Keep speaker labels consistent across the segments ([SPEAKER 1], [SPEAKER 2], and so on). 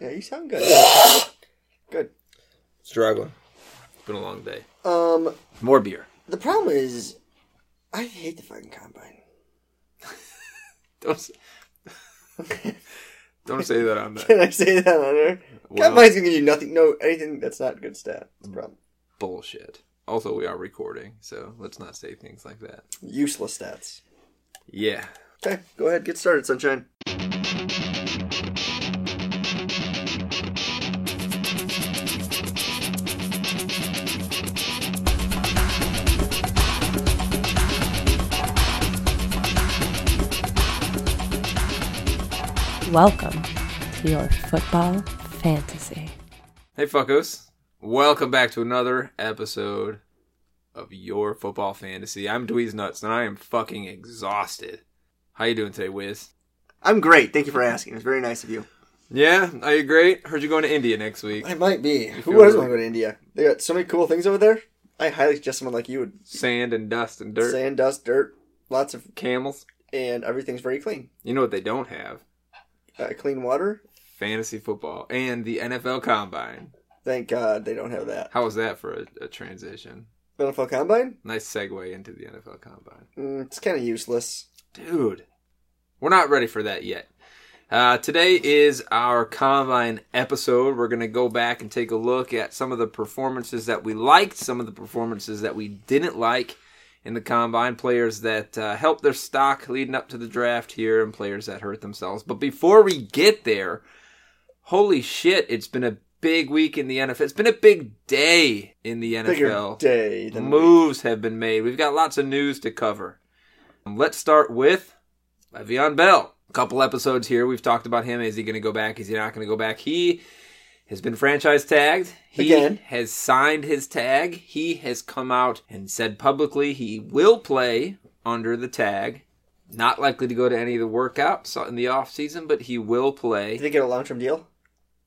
[SPEAKER 1] you sound good. good.
[SPEAKER 2] Struggling. It's been a long day.
[SPEAKER 1] Um,
[SPEAKER 3] More beer.
[SPEAKER 1] the problem is, I hate the fucking combine.
[SPEAKER 2] Don't s- don't say that on that
[SPEAKER 1] Can I say that on air?
[SPEAKER 2] Well-
[SPEAKER 1] Combine's gonna give you nothing. No, anything that's not good stat. That's the problem.
[SPEAKER 2] bullshit. Also, we are recording, so let's not say things like that.
[SPEAKER 1] Useless stats.
[SPEAKER 2] Yeah.
[SPEAKER 1] Okay, go ahead. Get started, sunshine.
[SPEAKER 4] Welcome to your football fantasy.
[SPEAKER 2] Hey, fuckos. Welcome back to another episode of Your Football Fantasy. I'm Dweez Nuts, and I am fucking exhausted. How you doing today, Wiz?
[SPEAKER 1] I'm great. Thank you for asking. It's very nice of you.
[SPEAKER 2] Yeah, are you great? Heard you going to India next week.
[SPEAKER 1] I might be. Who
[SPEAKER 2] feel
[SPEAKER 1] doesn't want to go
[SPEAKER 2] great.
[SPEAKER 1] to India? They got so many cool things over there. I highly suggest someone like you would.
[SPEAKER 2] Sand and dust and dirt.
[SPEAKER 1] Sand, dust, dirt, lots of,
[SPEAKER 2] Camels.
[SPEAKER 1] and everything's very clean.
[SPEAKER 2] You know what they don't have?
[SPEAKER 1] Uh, clean water.
[SPEAKER 2] Fantasy football and the NFL Combine.
[SPEAKER 1] Thank God they don't have that.
[SPEAKER 2] How was that for a, a transition?
[SPEAKER 1] NFL Combine?
[SPEAKER 2] Nice segue into the NFL Combine.
[SPEAKER 1] Mm, it's kind of useless.
[SPEAKER 2] Dude, we're not ready for that yet. Uh, today is our Combine episode. We're going to go back and take a look at some of the performances that we liked, some of the performances that we didn't like in the Combine, players that uh, helped their stock leading up to the draft here, and players that hurt themselves. But before we get there, holy shit, it's been a big week in the NFL. It's been a big day in the
[SPEAKER 1] Bigger
[SPEAKER 2] NFL
[SPEAKER 1] day than
[SPEAKER 2] moves have been made. We've got lots of news to cover. Um, Let's start with Le'Veon Bell. A couple episodes here, we've talked about him. Is he going to go back? Is he not going to go back? He has been franchise tagged. He
[SPEAKER 1] Again.
[SPEAKER 2] has signed his tag. He has come out and said publicly he will play under the tag. Not likely to go to any of the workouts in the off season, but he will
[SPEAKER 1] Did
[SPEAKER 2] play.
[SPEAKER 1] they get a long term deal?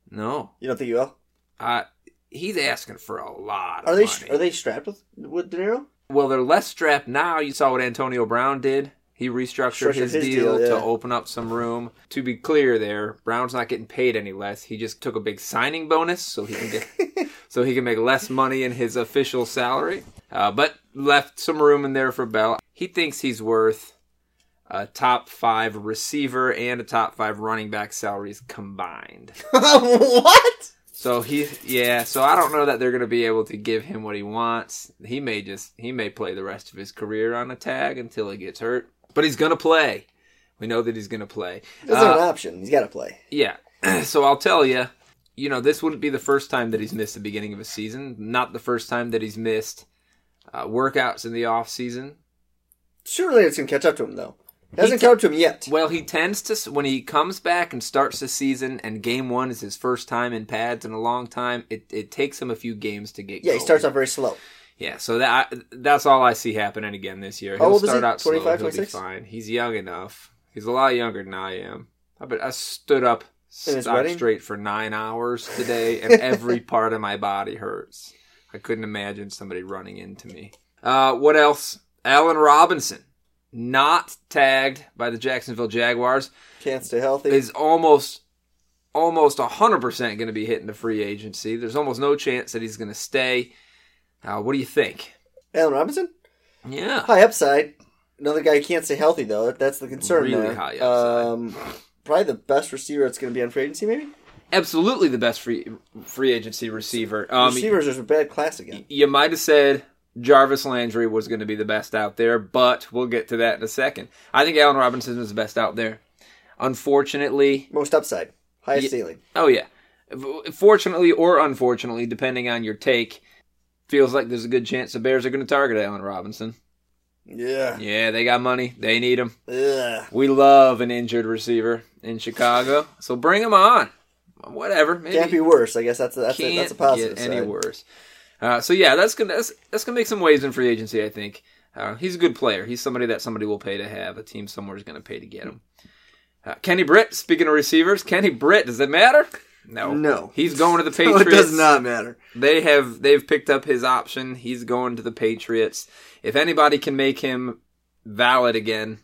[SPEAKER 2] No,
[SPEAKER 1] You don't think you will?
[SPEAKER 2] uh, he's asking for a lot. Of
[SPEAKER 1] Are they
[SPEAKER 2] money.
[SPEAKER 1] are they strapped with with De Niro?
[SPEAKER 2] Well, they're less strapped now. You saw what Antonio Brown did. He restructured
[SPEAKER 1] Structured
[SPEAKER 2] his,
[SPEAKER 1] his
[SPEAKER 2] deal,
[SPEAKER 1] deal, yeah.
[SPEAKER 2] to open up some room. To be clear, there Brown's not getting paid any less. He just took a big signing bonus, so he can get so he can make less money in his official salary. Uh, but left some room in there for Bell. He thinks he's worth a top five receiver and a top five running back salaries combined.
[SPEAKER 1] what?
[SPEAKER 2] So he, yeah. So I don't know that they're going to be able to give him what he wants. He may just he may play the rest of his career on a tag until he gets hurt. But he's going to play. We know that he's going to play.
[SPEAKER 1] That's
[SPEAKER 2] Uh,
[SPEAKER 1] not an option. He's got to play.
[SPEAKER 2] yeah. so I'll tell you, you know, this wouldn't be the first time that he's missed the beginning of a season. Not the first time that he's missed uh, workouts in the off season.
[SPEAKER 1] Surely it's gonna catch up to him though. It hasn't caught up to him yet.
[SPEAKER 2] Well, he tends to when he comes back and starts the season, and game one is his first time in pads in a long time. It it takes him a few games to get.
[SPEAKER 1] Yeah, he
[SPEAKER 2] going.
[SPEAKER 1] starts off very slow.
[SPEAKER 2] Yeah, so that that's all I see happening again this year.
[SPEAKER 1] How
[SPEAKER 2] He'll
[SPEAKER 1] old is
[SPEAKER 2] start
[SPEAKER 1] he?
[SPEAKER 2] out slow.
[SPEAKER 1] 25,
[SPEAKER 2] He'll be
[SPEAKER 1] 26?
[SPEAKER 2] fine. He's young enough. He's a lot younger than I am. I bet I stood up
[SPEAKER 1] In his
[SPEAKER 2] stock
[SPEAKER 1] wedding?
[SPEAKER 2] straight for nine hours today, and every part of my body hurts. I couldn't imagine somebody running into me. Uh, what else? Allen Robinson, not tagged by the Jacksonville Jaguars,
[SPEAKER 1] Can't stay healthy.
[SPEAKER 2] is almost almost 100% going to be hitting the free agency. There's almost no chance that he's going to stay. Uh, what do you think?
[SPEAKER 1] Allen Robinson,
[SPEAKER 2] Yeah.
[SPEAKER 1] high upside. Another guy who can't stay healthy though. That's the concern.
[SPEAKER 2] Really
[SPEAKER 1] there.
[SPEAKER 2] high upside.
[SPEAKER 1] Um, probably the best receiver that's gonna be on free agency. Maybe
[SPEAKER 2] absolutely the best free free agency receiver. Um,
[SPEAKER 1] receivers there's a bad class again.
[SPEAKER 2] You might have said Jarvis Landry was going to be the best out there, but we'll get to that in a second. I think Allen Robinson is the best out there. Unfortunately,
[SPEAKER 1] Most upside, highest
[SPEAKER 2] Ye-
[SPEAKER 1] ceiling.
[SPEAKER 2] oh yeah, F- fortunately or unfortunately, depending on your take, feels like there's a good chance the Bears are going to target Allen Robinson.
[SPEAKER 1] Yeah.
[SPEAKER 2] Yeah, they got money, they need him.
[SPEAKER 1] Ugh.
[SPEAKER 2] We love an injured receiver in Chicago, so bring him on. Whatever, maybe
[SPEAKER 1] Can't be worse. I guess that's a, that's a,
[SPEAKER 2] can't
[SPEAKER 1] that's a positive.
[SPEAKER 2] get any
[SPEAKER 1] side.
[SPEAKER 2] worse. Uh, so yeah, that's gonna that's, that's gonna make some waves in free agency. I think uh, he's a good player. He's somebody that somebody will pay to have. A team somewhere is going to pay to get him. Uh, Kenny Britt. Speaking of receivers, Kenny Britt. Does it matter? No,
[SPEAKER 1] No.
[SPEAKER 2] He's going to the
[SPEAKER 1] No,
[SPEAKER 2] Oh, Patriots.
[SPEAKER 1] it does not matter.
[SPEAKER 2] They have they've picked up his option. He's going to the Patriots. If anybody can make him valid again,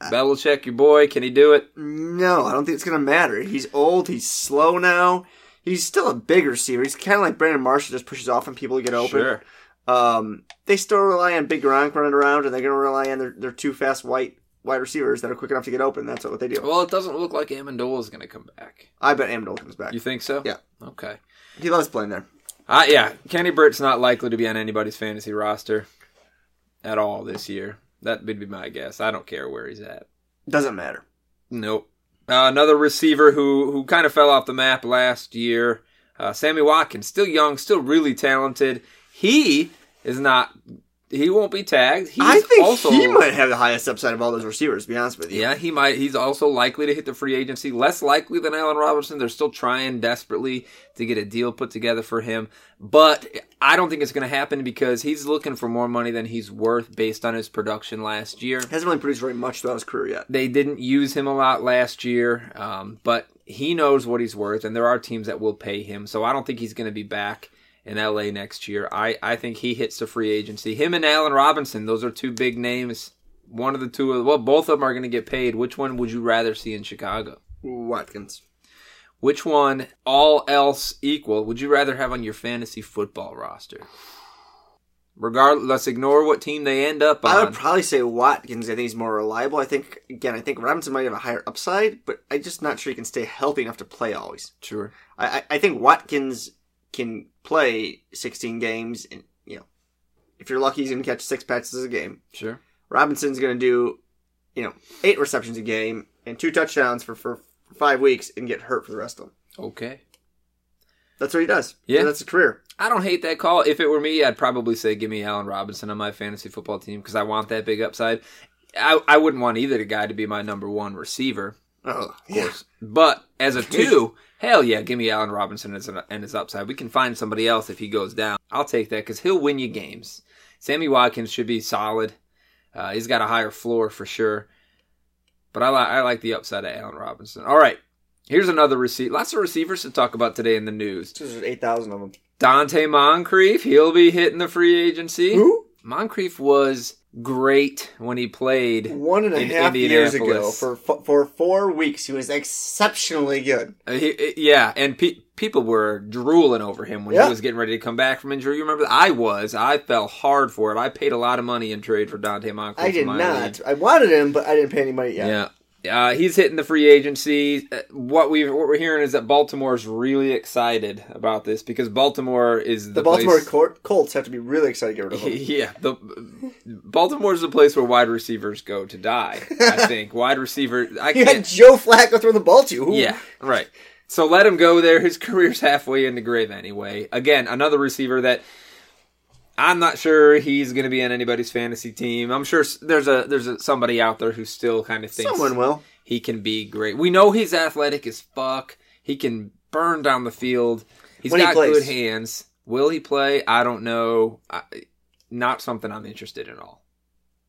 [SPEAKER 1] Uh,
[SPEAKER 2] Belichick, your boy, can he do it?
[SPEAKER 1] No, I don't think it's going to matter. He's old. He's slow now. He's still a big receiver. He's kind of like Brandon Marshall, just pushes off and people get open.
[SPEAKER 2] Sure.
[SPEAKER 1] Um, they still rely on Big Gronk running around, and they're going to rely on their, their two fast white wide receivers that are quick enough to get open. That's what they do.
[SPEAKER 2] Well, it doesn't look like Amendola is going to come back.
[SPEAKER 1] I bet Amendola comes back.
[SPEAKER 2] You think so?
[SPEAKER 1] Yeah.
[SPEAKER 2] Okay.
[SPEAKER 1] He loves playing there.
[SPEAKER 2] Uh, yeah, Kenny Britt's not likely to be on anybody's fantasy roster at all this year. That would be my guess. I don't care where he's at.
[SPEAKER 1] Doesn't matter.
[SPEAKER 2] Nope. Uh, another receiver who who kind of fell off the map last year, uh, Sammy Watkins, still young, still really talented. He is not. He won't be tagged. He's
[SPEAKER 1] I think
[SPEAKER 2] also,
[SPEAKER 1] he might have the highest upside of all those receivers. To be honest with you.
[SPEAKER 2] Yeah, he might. He's also likely to hit the free agency. Less likely than Allen Robinson. They're still trying desperately to get a deal put together for him, but I don't think it's going to happen because he's looking for more money than he's worth based on his production last year.
[SPEAKER 1] Hasn't really produced very much throughout his career yet.
[SPEAKER 2] They didn't use him a lot last year, um, but he knows what he's worth, and there are teams that will pay him. So I don't think he's going to be back in LA next year. I, I think he hits the free agency. Him and Allen Robinson, those are two big names. One of the two, of- well, both of them are going to get paid. Which one would you rather see in Chicago?
[SPEAKER 1] Watkins.
[SPEAKER 2] Which one, all else equal, would you rather have on your fantasy football roster? Regardless, let's ignore what team they end up on.
[SPEAKER 1] I would probably say Watkins. I think he's more reliable. I think again, I think Robinson might have a higher upside, but I'm just not sure he can stay healthy enough to play always.
[SPEAKER 2] sure.
[SPEAKER 1] I, I, I think Watkins can play 16 games, and you know, if you're lucky, he's going to catch six passes a game.
[SPEAKER 2] Sure.
[SPEAKER 1] Robinson's going to do, you know, eight receptions a game and two touchdowns for, for five weeks and get hurt for the rest of them.
[SPEAKER 2] Okay.
[SPEAKER 1] That's what he does.
[SPEAKER 2] Yeah.
[SPEAKER 1] that's his career.
[SPEAKER 2] I don't hate that call. If it were me, I'd probably say give me Allen Robinson on my fantasy football team because I want that big upside. I, I wouldn't want either guy to be my number one receiver,
[SPEAKER 1] Oh,
[SPEAKER 2] of course. But as a two, hell yeah, give me Allen Robinson as an, and his upside. We can find somebody else if he goes down. I'll take that because he'll win you games. Sammy Watkins should be solid. Uh, he's got a higher floor for sure. But I, li- I like the upside of Allen Robinson. All right. Here's another receipt. Lots of receivers to talk about today in the news.
[SPEAKER 1] There's 8,000 of them.
[SPEAKER 2] Dante Moncrief, he'll be hitting the free agency.
[SPEAKER 1] Who?
[SPEAKER 2] Moncrief was great when he played.
[SPEAKER 1] One and a
[SPEAKER 2] In
[SPEAKER 1] half years ago,
[SPEAKER 2] Indianapolis.
[SPEAKER 1] for fo- for four weeks, he was exceptionally good.
[SPEAKER 2] Uh, he- uh, yeah, and pe- people were drooling over him when
[SPEAKER 1] Yeah.
[SPEAKER 2] he was getting ready to come back from injury. You remember that? I was. I fell hard for it. I paid a lot of money in trade for Dante Moncrief.
[SPEAKER 1] I
[SPEAKER 2] in
[SPEAKER 1] did
[SPEAKER 2] my league.
[SPEAKER 1] not. I wanted him, but I didn't pay any money yet.
[SPEAKER 2] Yeah. Uh, he's hitting the free agency. Uh, What we what we're hearing is that Baltimore's really excited about this because Baltimore is the,
[SPEAKER 1] The Baltimore
[SPEAKER 2] place-
[SPEAKER 1] Col- Colts have to be really excited to get rid of him.
[SPEAKER 2] yeah, the Baltimore's the place where wide receivers go to die. I think wide receiver. I
[SPEAKER 1] You had
[SPEAKER 2] can't.
[SPEAKER 1] Joe Flacco throw the ball to you. Who-
[SPEAKER 2] Yeah, right. So let him go there. His career's halfway in the grave anyway. Again, another receiver that I'm not sure he's going to be on anybody's fantasy team. I'm sure s- there's a there's a, somebody out there who still kind of thinks
[SPEAKER 1] Someone will.
[SPEAKER 2] he can be great. We know he's athletic as fuck. He can burn down the field. He's
[SPEAKER 1] When he
[SPEAKER 2] got
[SPEAKER 1] plays.
[SPEAKER 2] good hands. Will he play? I don't know. I, not something I'm interested in at all.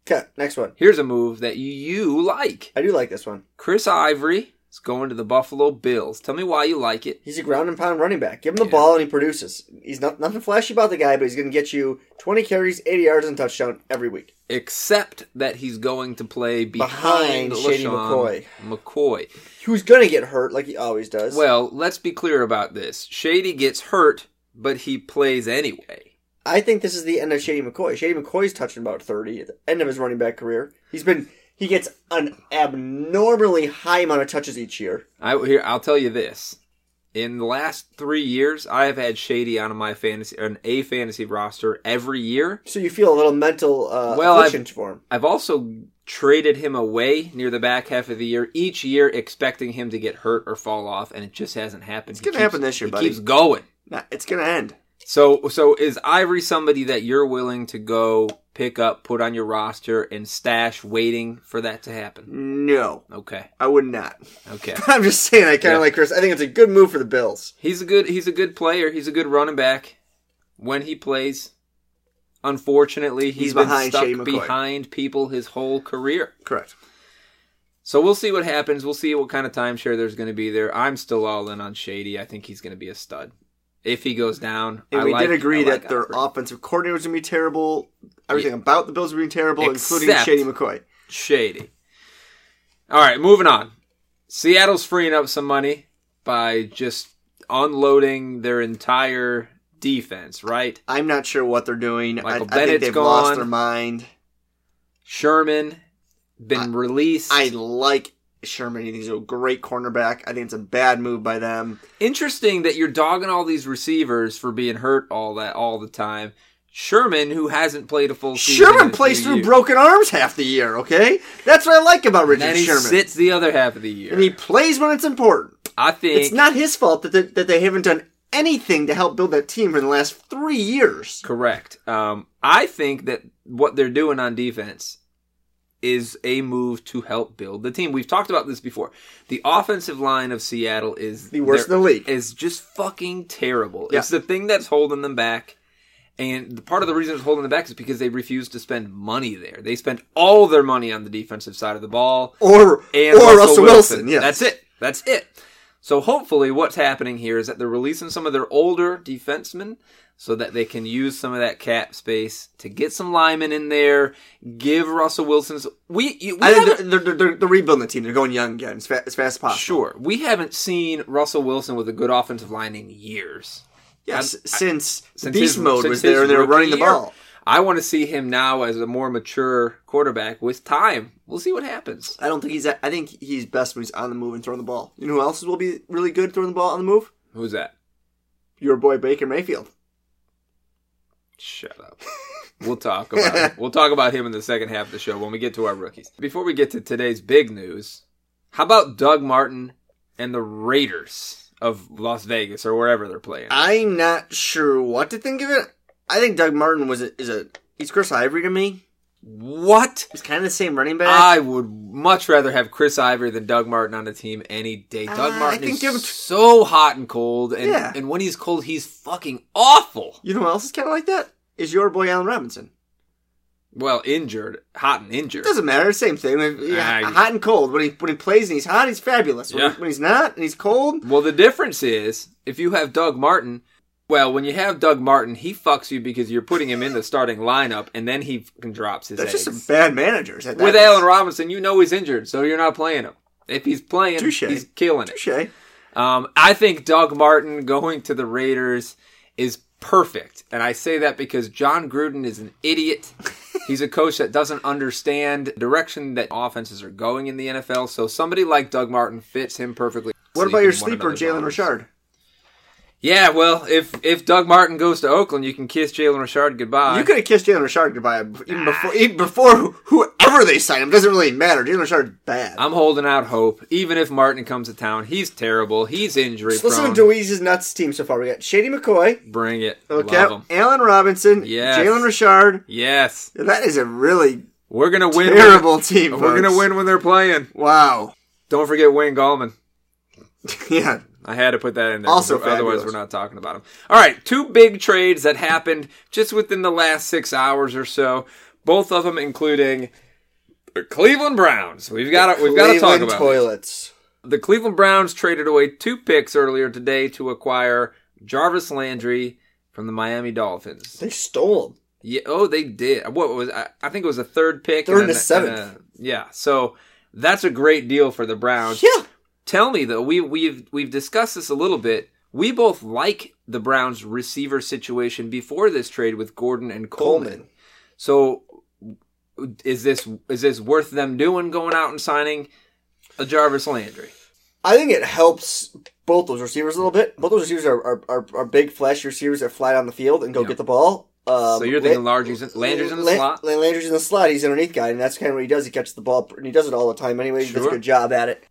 [SPEAKER 1] Okay, next one.
[SPEAKER 2] Here's a move that you like.
[SPEAKER 1] I do like this one.
[SPEAKER 2] Chris Ivory is going to the Buffalo Bills. Tell me why you like it.
[SPEAKER 1] He's a ground and pound running back. Give him the
[SPEAKER 2] Yeah.
[SPEAKER 1] ball and he produces. He's not nothing flashy about the guy, but he's going to get you 20 carries, 80 yards, and touchdown every week.
[SPEAKER 2] Except that he's going to play behind,
[SPEAKER 1] Behind Shady
[SPEAKER 2] LaShawn McCoy.
[SPEAKER 1] Who's going to get hurt like he always does.
[SPEAKER 2] Well, let's be clear about this. Shady gets hurt, but he plays anyway.
[SPEAKER 1] I think this is the end of Shady McCoy. Shady McCoy's touching about 30 at the end of his running back career. He's been he gets an abnormally high amount of touches each year.
[SPEAKER 2] I here I'll tell you this. In the last three years, I have had Shady on my fantasy on a fantasy roster every year.
[SPEAKER 1] So you feel a little mental uh,
[SPEAKER 2] Well, I've-
[SPEAKER 1] affliction for him.
[SPEAKER 2] I've also traded him away near the back half of the year each year, expecting him to get hurt or fall off, and it just hasn't happened. It's
[SPEAKER 1] gonna happen this year,
[SPEAKER 2] He
[SPEAKER 1] buddy.
[SPEAKER 2] keeps going.
[SPEAKER 1] Nah, it's going to end.
[SPEAKER 2] So, so is Ivory somebody that you're willing to go pick up, put on your roster, and stash, waiting for that to happen?
[SPEAKER 1] No,
[SPEAKER 2] Okay,
[SPEAKER 1] I would not.
[SPEAKER 2] okay.
[SPEAKER 1] I'm just saying I kind of
[SPEAKER 2] Yeah.
[SPEAKER 1] like Chris. I think it's a good move for the Bills.
[SPEAKER 2] He's a good he's a good player. He's a good running back when he plays. Unfortunately,
[SPEAKER 1] He's
[SPEAKER 2] he's been
[SPEAKER 1] behind
[SPEAKER 2] stuck
[SPEAKER 1] Shea McCoy.
[SPEAKER 2] behind people his whole career.
[SPEAKER 1] Correct.
[SPEAKER 2] So we'll see what happens. We'll see what kind of timeshare there's going to be there. I'm still all in on Shady. I think he's going to be a stud. If he goes down,
[SPEAKER 1] And
[SPEAKER 2] I
[SPEAKER 1] we
[SPEAKER 2] like-
[SPEAKER 1] did agree
[SPEAKER 2] I
[SPEAKER 1] that
[SPEAKER 2] like
[SPEAKER 1] their
[SPEAKER 2] Alfred.
[SPEAKER 1] offensive coordinator was going to be terrible. Everything about the Bills would be terrible, including
[SPEAKER 2] Except-
[SPEAKER 1] Shady McCoy.
[SPEAKER 2] Shady. All right, moving on. Seattle's freeing up some money by just unloading their entire defense, right?
[SPEAKER 1] I'm not sure what they're doing. I, I
[SPEAKER 2] Michael
[SPEAKER 1] think
[SPEAKER 2] Bennett's
[SPEAKER 1] they've lost
[SPEAKER 2] gone.
[SPEAKER 1] their mind.
[SPEAKER 2] Sherman been
[SPEAKER 1] I-
[SPEAKER 2] released.
[SPEAKER 1] I like Sherman. He thinks he's a great cornerback. I think it's a bad move by them.
[SPEAKER 2] Interesting that you're dogging all these receivers for being hurt all that all the time. Sherman, who hasn't played a full season, in
[SPEAKER 1] Sherman
[SPEAKER 2] a
[SPEAKER 1] plays
[SPEAKER 2] few
[SPEAKER 1] through
[SPEAKER 2] years.
[SPEAKER 1] broken arms half the year, okay? That's what I like about
[SPEAKER 2] and
[SPEAKER 1] Richard
[SPEAKER 2] then he
[SPEAKER 1] Sherman.
[SPEAKER 2] sits the other half of the year.
[SPEAKER 1] and he plays when it's important.
[SPEAKER 2] I think
[SPEAKER 1] It's not his fault that they, that they haven't done anything to help build that team for the last three years.
[SPEAKER 2] Correct. Um, I think that what they're doing on defense is a move to help build the team. We've talked about this before. The offensive line of Seattle is
[SPEAKER 1] The worst in the league.
[SPEAKER 2] Is just fucking terrible.
[SPEAKER 1] Yeah.
[SPEAKER 2] It's the thing that's holding them back. And the- part of the reason it's holding them back is because they refuse to spend money there. They spend all their money on the defensive side of the ball
[SPEAKER 1] Or
[SPEAKER 2] and
[SPEAKER 1] or
[SPEAKER 2] Russell, Wilson.
[SPEAKER 1] yes.
[SPEAKER 2] That's it. That's it. So hopefully what's happening here is that they're releasing some of their older defensemen so that they can use some of that cap space to get some linemen in there, give Russell Wilson's we, you- we
[SPEAKER 1] I think
[SPEAKER 2] haven't,
[SPEAKER 1] they're, they're, they're, they're rebuilding the team. They're going young again as, fa- as fast as possible.
[SPEAKER 2] sure. We haven't seen Russell Wilson with a good offensive line in years.
[SPEAKER 1] Yes, since,
[SPEAKER 2] Since
[SPEAKER 1] Beast
[SPEAKER 2] his-
[SPEAKER 1] Mode
[SPEAKER 2] since
[SPEAKER 1] was
[SPEAKER 2] his
[SPEAKER 1] there and they were
[SPEAKER 2] rookie
[SPEAKER 1] running the
[SPEAKER 2] year.
[SPEAKER 1] ball.
[SPEAKER 2] I want to see him now as a more mature quarterback with time. We'll see what happens.
[SPEAKER 1] I don't think he's. At, I think he's best when he's on the move and throwing the ball. You know who else will be really good throwing the ball on the move?
[SPEAKER 2] Who's that?
[SPEAKER 1] Your boy Baker Mayfield.
[SPEAKER 2] Shut up. We'll talk about it. we'll talk about him in the second half of the show when we get to our rookies. Before we get to today's big news, how about Doug Martin and the Raiders of Las Vegas or wherever they're playing?
[SPEAKER 1] I'm not sure what to think of it. I think Doug Martin was a, is a he's Chris Ivory to me.
[SPEAKER 2] what?
[SPEAKER 1] He's kind of the same running back.
[SPEAKER 2] I would much rather have Chris Ivory than Doug Martin on the team any day. Doug
[SPEAKER 1] Uh, I
[SPEAKER 2] Martin
[SPEAKER 1] think
[SPEAKER 2] is
[SPEAKER 1] give him t-
[SPEAKER 2] so hot and cold, and,
[SPEAKER 1] Yeah.
[SPEAKER 2] and when he's cold, he's fucking awful.
[SPEAKER 1] you know who else is kind of like that? Is your boy Allen Robinson?
[SPEAKER 2] Well, injured, hot and injured.
[SPEAKER 1] It doesn't matter. Same thing. Like, yeah,
[SPEAKER 2] Ah,
[SPEAKER 1] hot and cold. When he when he plays and he's hot, he's fabulous. When,
[SPEAKER 2] Yeah.
[SPEAKER 1] when he's not and he's cold,
[SPEAKER 2] Well, the difference is if you have Doug Martin. Well, when you have Doug Martin, he fucks you because you're putting him in the starting lineup, and then he fucking drops his
[SPEAKER 1] that's
[SPEAKER 2] eggs.
[SPEAKER 1] just some bad managers. At that
[SPEAKER 2] With
[SPEAKER 1] is.
[SPEAKER 2] Allen Robinson, you know he's injured, so you're not playing him. If he's playing,
[SPEAKER 1] Touche.
[SPEAKER 2] he's killing it.
[SPEAKER 1] Touche.
[SPEAKER 2] Um, I think Doug Martin going to the Raiders is perfect. And I say that because John Gruden is an idiot. He's a coach that doesn't understand direction that offenses are going in the NFL. So somebody like Doug Martin fits him perfectly.
[SPEAKER 1] What
[SPEAKER 2] So
[SPEAKER 1] about
[SPEAKER 2] you
[SPEAKER 1] your
[SPEAKER 2] can one
[SPEAKER 1] sleeper,
[SPEAKER 2] another's
[SPEAKER 1] Jalen
[SPEAKER 2] arms.
[SPEAKER 1] Richard?
[SPEAKER 2] Yeah, well, if if Doug Martin goes to Oakland, you can kiss Jalen Richard goodbye.
[SPEAKER 1] You could have kissed Jalen Richard goodbye even before even before who- whoever they sign him. Doesn't really matter. Jalen Richard's bad.
[SPEAKER 2] I'm holding out hope. Even if Martin comes to town, he's terrible. He's injury
[SPEAKER 1] Let's listen
[SPEAKER 2] prone.
[SPEAKER 1] to Deweese's nuts team so far. We got Shady McCoy.
[SPEAKER 2] Bring it.
[SPEAKER 1] Okay,
[SPEAKER 2] Love him.
[SPEAKER 1] Allen Robinson,
[SPEAKER 2] Yes.
[SPEAKER 1] Jalen Richard.
[SPEAKER 2] Yes,
[SPEAKER 1] That is a really
[SPEAKER 2] we're gonna win.
[SPEAKER 1] terrible team.
[SPEAKER 2] We're gonna
[SPEAKER 1] folks.
[SPEAKER 2] win when they're playing.
[SPEAKER 1] Wow.
[SPEAKER 2] Don't forget Wayne Gallman.
[SPEAKER 1] yeah.
[SPEAKER 2] I had to put that in there.
[SPEAKER 1] Also
[SPEAKER 2] because otherwise,
[SPEAKER 1] fabulous.
[SPEAKER 2] we're not talking about him. All right, two big trades that happened just within the last six hours or so. Both of them including the Cleveland Browns. We've got to, we've got to talk
[SPEAKER 1] Cleveland
[SPEAKER 2] about it.
[SPEAKER 1] toilets.
[SPEAKER 2] The Cleveland Browns traded away two picks earlier today to acquire Jarvis Landry from the Miami Dolphins.
[SPEAKER 1] They stole them.
[SPEAKER 2] Yeah, oh, they did. What was I, I think it was a third pick.
[SPEAKER 1] Third and
[SPEAKER 2] a-
[SPEAKER 1] a seventh.
[SPEAKER 2] a- yeah, so that's a great deal for the Browns.
[SPEAKER 1] Yeah.
[SPEAKER 2] Tell me though, we we've we've discussed this a little bit. We both like the Browns receiver situation before this trade with Gordon and Coleman.
[SPEAKER 1] Coleman.
[SPEAKER 2] So is this is this worth them doing going out and signing a Jarvis Landry?
[SPEAKER 1] I think it helps both those receivers a little bit. Both those receivers are, are, are, are big, flashy receivers that fly down the field and go
[SPEAKER 2] Yeah.
[SPEAKER 1] get the ball. Um,
[SPEAKER 2] So you're thinking
[SPEAKER 1] Lan-
[SPEAKER 2] Landry's in, Landry's in the
[SPEAKER 1] Lan-
[SPEAKER 2] slot?
[SPEAKER 1] Lan- Landry's in the slot. He's underneath guy, and that's kind of what he does. He catches the ball, and he does it all the time anyway. He does a
[SPEAKER 2] Sure.
[SPEAKER 1] good job at it.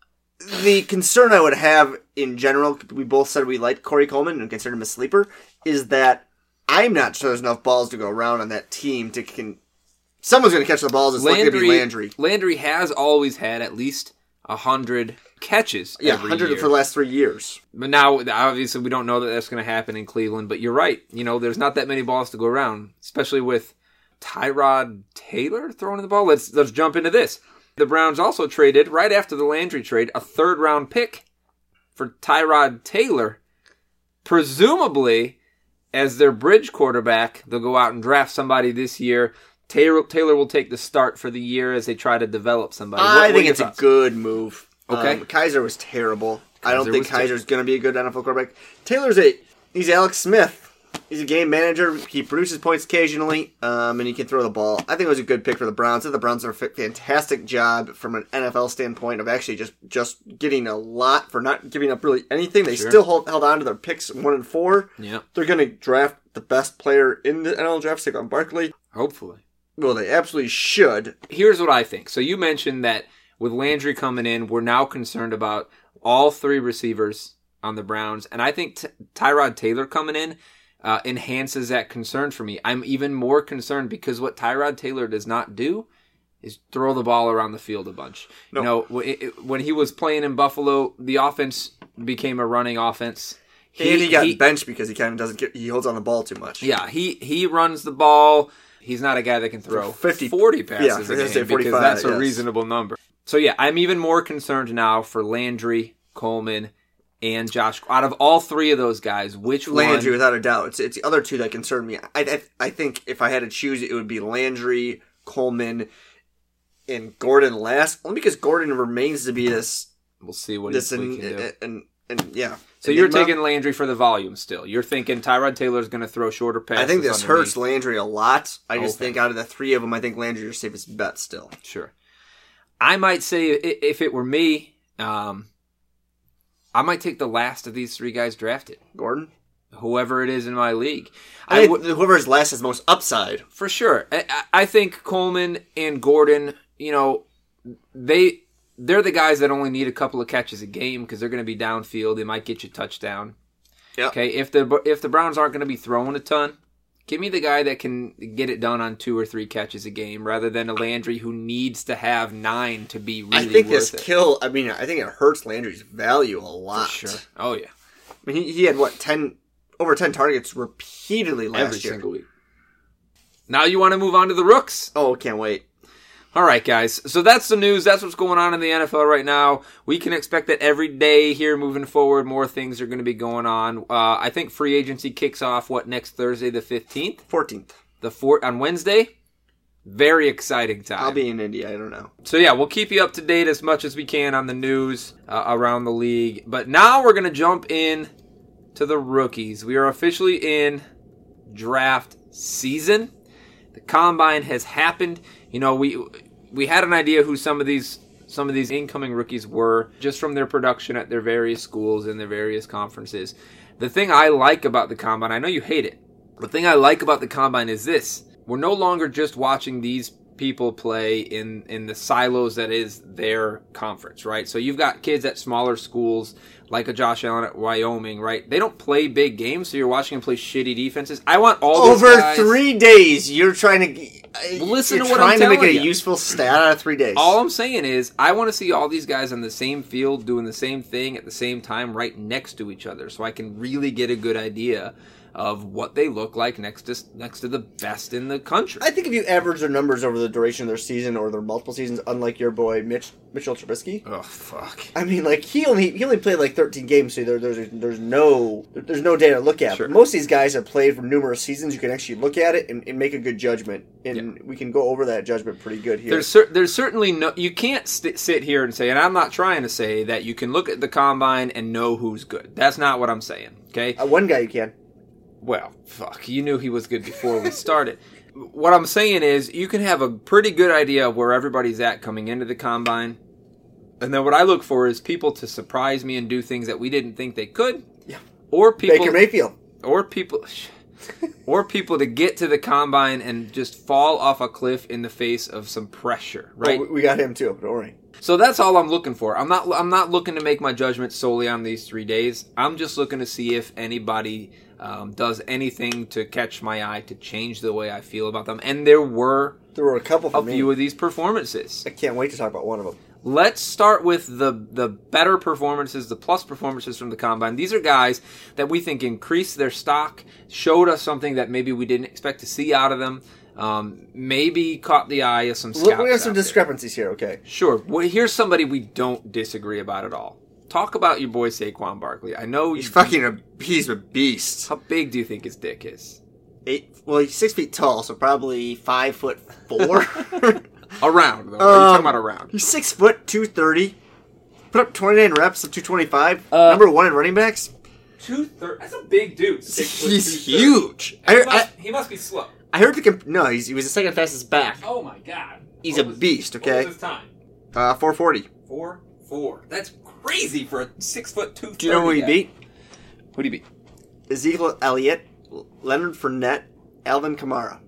[SPEAKER 1] The concern I would have in general, we both said we like Corey Coleman and consider him a sleeper, is that I'm not sure there's enough balls to go around on that team to can. Someone's going to catch the balls. It's likely to be
[SPEAKER 2] Landry,
[SPEAKER 1] Landry.
[SPEAKER 2] Landry has always had at least a hundred catches.
[SPEAKER 1] Yeah,
[SPEAKER 2] every
[SPEAKER 1] 100
[SPEAKER 2] year.
[SPEAKER 1] for the last three years.
[SPEAKER 2] But now, obviously, we don't know that that's going to happen in Cleveland. But you're right. You know, there's not that many balls to go around, especially with Tyrod Taylor throwing the ball. Let's let's jump into this. The Browns also traded right after the Landry trade a third round pick for Tyrod Taylor, presumably as their bridge quarterback. They'll go out and draft somebody this year Taylor Taylor will take the start for the year as they try to develop somebody. What-
[SPEAKER 1] I
[SPEAKER 2] what are
[SPEAKER 1] think
[SPEAKER 2] your
[SPEAKER 1] it's a
[SPEAKER 2] thoughts?
[SPEAKER 1] good move.
[SPEAKER 2] Okay.
[SPEAKER 1] Um, Kaiser was terrible. I
[SPEAKER 2] Kaiser
[SPEAKER 1] don't think
[SPEAKER 2] was ter-
[SPEAKER 1] Kaiser's going to be a good NFL quarterback. Taylor's a he's Alex Smith. He's a game manager. He produces points occasionally, um, and he can throw the ball. I think it was a good pick for the Browns. The Browns are a fa- fantastic job from an NFL standpoint of actually just just getting a lot for not giving up really anything. They still hold, held on to their picks one and four.
[SPEAKER 2] Yeah,
[SPEAKER 1] They're going to draft the best player in the NFL draft, Saquon Barkley.
[SPEAKER 2] hopefully.
[SPEAKER 1] Well, they absolutely should.
[SPEAKER 2] Here's what I think. So you mentioned that with Landry coming in, we're now concerned about all three receivers on the Browns, and I think t- Tyrod Taylor coming in uh, enhances that concern for me. I'm even more concerned because what Tyrod Taylor does not do is throw the ball around the field a bunch.
[SPEAKER 1] No.
[SPEAKER 2] You know, w- it- it- when he was playing in Buffalo, the offense became a running offense.
[SPEAKER 1] and he got benched because he kind of doesn't get he holds on the ball too much.
[SPEAKER 2] Yeah, he he runs the ball. He's not a guy that can throw
[SPEAKER 1] 50
[SPEAKER 2] 40 passes
[SPEAKER 1] yeah, I
[SPEAKER 2] a
[SPEAKER 1] was
[SPEAKER 2] game
[SPEAKER 1] gonna say
[SPEAKER 2] because
[SPEAKER 1] 45,
[SPEAKER 2] that's a
[SPEAKER 1] yes.
[SPEAKER 2] reasonable number. So yeah, I'm even more concerned now for Landry, Coleman, and Josh. Out of all three of those guys, which
[SPEAKER 1] Landry,
[SPEAKER 2] one?
[SPEAKER 1] without a doubt. It's, it's the other two that concern me. I, I, I think if I had to choose, it would be Landry, Coleman, and Gordon last. Only because Gordon remains to be this
[SPEAKER 2] We'll see what he
[SPEAKER 1] this
[SPEAKER 2] what he
[SPEAKER 1] and
[SPEAKER 2] can do.
[SPEAKER 1] and, and yeah.
[SPEAKER 2] So you're
[SPEAKER 1] Enigma.
[SPEAKER 2] taking Landry for the volume still. You're thinking Tyrod Taylor's going to throw shorter passes.
[SPEAKER 1] I think this
[SPEAKER 2] underneath.
[SPEAKER 1] hurts Landry a lot. I just
[SPEAKER 2] Okay.
[SPEAKER 1] think out of the three of them, I think Landry your safest bet still.
[SPEAKER 2] Sure. I might say i- if it were me, um, I might take the last of these three guys drafted.
[SPEAKER 1] Gordon,
[SPEAKER 2] Whoever it is in my league,
[SPEAKER 1] I,
[SPEAKER 2] I would.
[SPEAKER 1] whoever's last has most upside.
[SPEAKER 2] for sure. I, I- I think Coleman and Gordon, you know, they they're the guys that only need a couple of catches a game because they're going to be downfield. They might get you a touchdown.
[SPEAKER 1] Yep.
[SPEAKER 2] Okay. If the if the Browns aren't going to be throwing a ton, give me the guy that can get it done on two or three catches a game rather than a Landry who needs to have nine to be really.
[SPEAKER 1] I think
[SPEAKER 2] worth
[SPEAKER 1] this
[SPEAKER 2] it.
[SPEAKER 1] kill. I mean, I think it hurts Landry's value a
[SPEAKER 2] For
[SPEAKER 1] lot.
[SPEAKER 2] sure. Oh yeah.
[SPEAKER 1] I mean, he, he had what ten over ten targets repeatedly last
[SPEAKER 2] Every
[SPEAKER 1] year.
[SPEAKER 2] single week. Now you want to move on to the rooks.
[SPEAKER 1] Oh, can't wait.
[SPEAKER 2] All right, guys. So that's the news. That's what's going on in the NFL right now. We can expect that every day here moving forward, more things are going to be going on. Uh, I think free agency kicks off what next Thursday, the fifteenth,
[SPEAKER 1] Fourteenth.
[SPEAKER 2] the fourth on Wednesday. Very exciting time.
[SPEAKER 1] I'll be in India. I don't know.
[SPEAKER 2] So yeah, we'll keep you up to date as much as we can on the news uh, around the league. But now we're gonna jump in to the rookies. We are officially in draft season. The combine has happened. You know, we we had an idea who some of these some of these incoming rookies were just from their production at their various schools and their various conferences. The thing I like about the combine, I know you hate it. The thing I like about the combine is this. We're no longer just watching these people play in in the silos that is their conference, right? So you've got kids at smaller schools like a Josh Allen at Wyoming, right? They don't play big games, so you're watching them play shitty defenses. I want all those
[SPEAKER 1] Over
[SPEAKER 2] guys-
[SPEAKER 1] three days, you're trying to uh,
[SPEAKER 2] Listen
[SPEAKER 1] you're
[SPEAKER 2] to what I'm
[SPEAKER 1] trying to make
[SPEAKER 2] telling
[SPEAKER 1] it a
[SPEAKER 2] you.
[SPEAKER 1] useful stat out of three days.
[SPEAKER 2] All I'm saying is, I want to see all these guys on the same field doing the same thing at the same time, right next to each other, so I can really get a good idea of what they look like next to next to the best in the country.
[SPEAKER 1] I think if you average their numbers over the duration of their season or their multiple seasons, unlike your boy Mitch Mitchell Trubisky,
[SPEAKER 2] oh fuck!
[SPEAKER 1] I mean, like he only he only played like 13 games, so there, there's there's no there's no data to look at.
[SPEAKER 2] Sure.
[SPEAKER 1] Most of these guys have played for numerous seasons. You can actually look at it and, and make a good judgment, and we can go over that judgment pretty good here.
[SPEAKER 2] There's cer- there's certainly no you can't st- sit here and say, and I'm not trying to say that you can look at the combine and know who's good. That's not what I'm saying. Okay.
[SPEAKER 1] uh, one guy you can.
[SPEAKER 2] Well, fuck. You knew he was good before we started. what I'm saying is, you can have a pretty good idea of where everybody's at coming into the combine. And then what I look for is people to surprise me and do things that we didn't think they could.
[SPEAKER 1] Yeah.
[SPEAKER 2] Or people
[SPEAKER 1] Baker Mayfield.
[SPEAKER 2] or people or people to get to the combine and just fall off a cliff in the face of some pressure, right?
[SPEAKER 1] Oh, we- we got him too. Don't worry.
[SPEAKER 2] So that's all I'm looking for. I'm not I'm not looking to make my judgment solely on these three days. I'm just looking to see if anybody um, does anything to catch my eye to change the way I feel about them. And there were
[SPEAKER 1] There were a couple for
[SPEAKER 2] a
[SPEAKER 1] me.
[SPEAKER 2] few of these performances.
[SPEAKER 1] I can't wait to talk about one of them.
[SPEAKER 2] Let's start with the the better performances, the plus performances from the combine. These are guys that we think increased their stock, showed us something that maybe we didn't expect to see out of them. Um, maybe caught the eye of some scouts.
[SPEAKER 1] Look, we have some
[SPEAKER 2] out there.
[SPEAKER 1] discrepancies here, okay?
[SPEAKER 2] Sure. Well, here's somebody we don't disagree about at all. Talk about your boy Saquon Barkley. I know you.
[SPEAKER 1] fucking a he's a beast.
[SPEAKER 2] How big do you think his dick is?
[SPEAKER 1] eight. Well, he's six feet tall, so probably five foot four.
[SPEAKER 2] Around, though. Are you talking about around?
[SPEAKER 1] he's six foot two thirty. Put up twenty nine reps of two twenty five.
[SPEAKER 3] Uh,
[SPEAKER 1] Number one in running backs.
[SPEAKER 2] Two thirty. That's a big dude. Six foot
[SPEAKER 1] He's
[SPEAKER 2] 230.
[SPEAKER 1] huge.
[SPEAKER 2] He
[SPEAKER 1] I, I,
[SPEAKER 2] must, he must be slow.
[SPEAKER 1] I heard the comp- no. He's, he was the second fastest back.
[SPEAKER 2] Oh my god.
[SPEAKER 1] He's
[SPEAKER 2] What
[SPEAKER 1] a
[SPEAKER 2] was-
[SPEAKER 1] beast,
[SPEAKER 2] What
[SPEAKER 1] okay?
[SPEAKER 2] was his time?
[SPEAKER 1] Uh, four forty.
[SPEAKER 2] Four, four. That's crazy for a six foot two.
[SPEAKER 1] Do you know who he beat?
[SPEAKER 3] Who do you beat?
[SPEAKER 1] Ezekiel Elliott, Leonard Fournette, Alvin Kamara.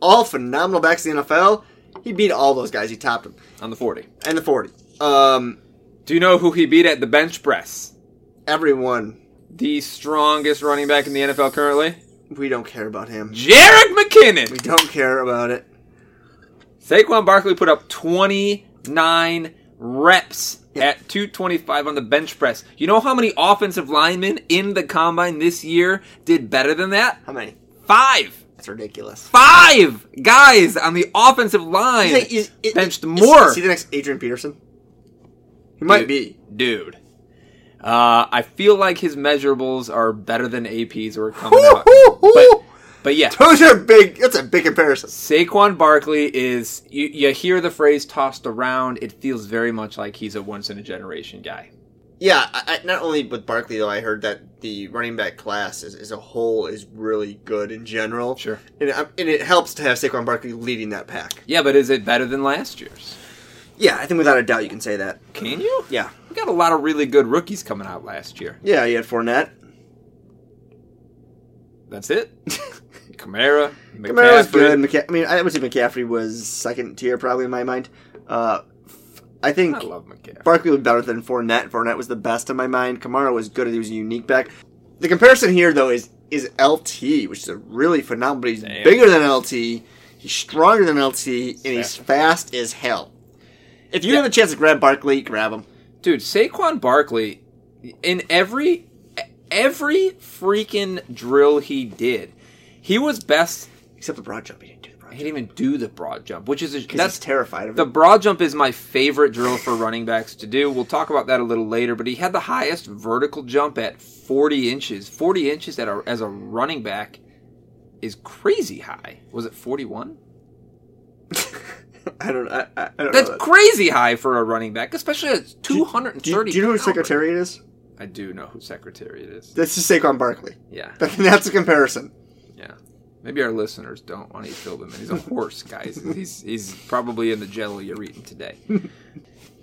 [SPEAKER 1] All phenomenal backs in the NFL. He beat all those guys. He topped them.
[SPEAKER 2] on the forty?
[SPEAKER 1] And the 40. Um,
[SPEAKER 2] Do you know who he beat at the bench press?
[SPEAKER 1] everyone,
[SPEAKER 2] The strongest running back in the NFL currently,
[SPEAKER 1] we don't care about him.
[SPEAKER 2] Jarek
[SPEAKER 1] We
[SPEAKER 2] McKinnon.
[SPEAKER 1] don't care about it.
[SPEAKER 2] Saquon Barkley put up twenty nine reps.
[SPEAKER 1] Yeah.
[SPEAKER 2] At 225 on the bench press. You know how many offensive linemen in the combine this year did better than that?
[SPEAKER 1] How many?
[SPEAKER 2] Five.
[SPEAKER 1] That's ridiculous.
[SPEAKER 2] Five guys on the offensive line
[SPEAKER 1] He's like- he's- it-
[SPEAKER 2] benched
[SPEAKER 1] it-
[SPEAKER 2] more.
[SPEAKER 1] Is he the next Adrian Peterson? He might
[SPEAKER 2] Dude.
[SPEAKER 1] be.
[SPEAKER 2] dude. Uh, I feel like his measurables are better than AP's or coming out. But,
[SPEAKER 1] Woo-hoo-hoo!
[SPEAKER 2] but yeah,
[SPEAKER 1] Those are big. That's a big comparison.
[SPEAKER 2] Saquon Barkley is. You, you hear the phrase tossed around. It feels very much like he's a once in a generation guy.
[SPEAKER 1] Yeah, I, I, not only with Barkley though, I heard that the running back class as, as a whole is really good in general.
[SPEAKER 2] Sure.
[SPEAKER 1] and, I, and it helps to have Saquon Barkley leading that pack.
[SPEAKER 2] Yeah, but is it better than last year's?
[SPEAKER 1] Yeah, I think without a doubt you can say that.
[SPEAKER 2] Can you?
[SPEAKER 1] Yeah,
[SPEAKER 2] We got a lot of really good rookies coming out last year.
[SPEAKER 1] yeah, you had Fournette.
[SPEAKER 2] That's it. Kamara,
[SPEAKER 1] Kamara was
[SPEAKER 2] McCaffrey.
[SPEAKER 1] good. McCa- I mean, I would say McCaffrey was second tier probably in my mind. Uh, I think
[SPEAKER 2] I love McCaffrey.
[SPEAKER 1] Barkley was better than Fournette. Fournette was the best in my mind. Kamara was good. He was a unique back. The comparison here, though, is is LT, which is a really phenomenal. But he's
[SPEAKER 2] Damn.
[SPEAKER 1] bigger than LT. He's stronger than LT, and he's fast as hell. If you
[SPEAKER 2] Yeah.
[SPEAKER 1] have a chance to grab Barkley, grab him.
[SPEAKER 2] Dude, Saquon Barkley, in every every freaking drill he did, he was best.
[SPEAKER 1] Except the broad jump, he didn't do the broad
[SPEAKER 2] He
[SPEAKER 1] jump.
[SPEAKER 2] didn't even do the broad jump, which is a,
[SPEAKER 1] Because he's
[SPEAKER 2] that's
[SPEAKER 1] terrified of
[SPEAKER 2] the
[SPEAKER 1] it.
[SPEAKER 2] broad jump is my favorite drill for running backs to do. We'll talk about that a little later, but he had the highest vertical jump at 40 inches. 40 inches at a, as a running back is crazy high. Was it 41?
[SPEAKER 1] I don't. I, I I don't
[SPEAKER 2] That's
[SPEAKER 1] know. that.
[SPEAKER 2] crazy high for a running back, especially at 230.
[SPEAKER 1] Uh, Do you, do you know who Secretariat is?
[SPEAKER 2] I do know who secretary it is.
[SPEAKER 1] That's just Saquon Barkley.
[SPEAKER 2] Yeah.
[SPEAKER 1] That- That's a comparison.
[SPEAKER 2] Yeah. Maybe our listeners don't want to kill him. He's a horse, guys. He's he's probably in the jello you're eating today.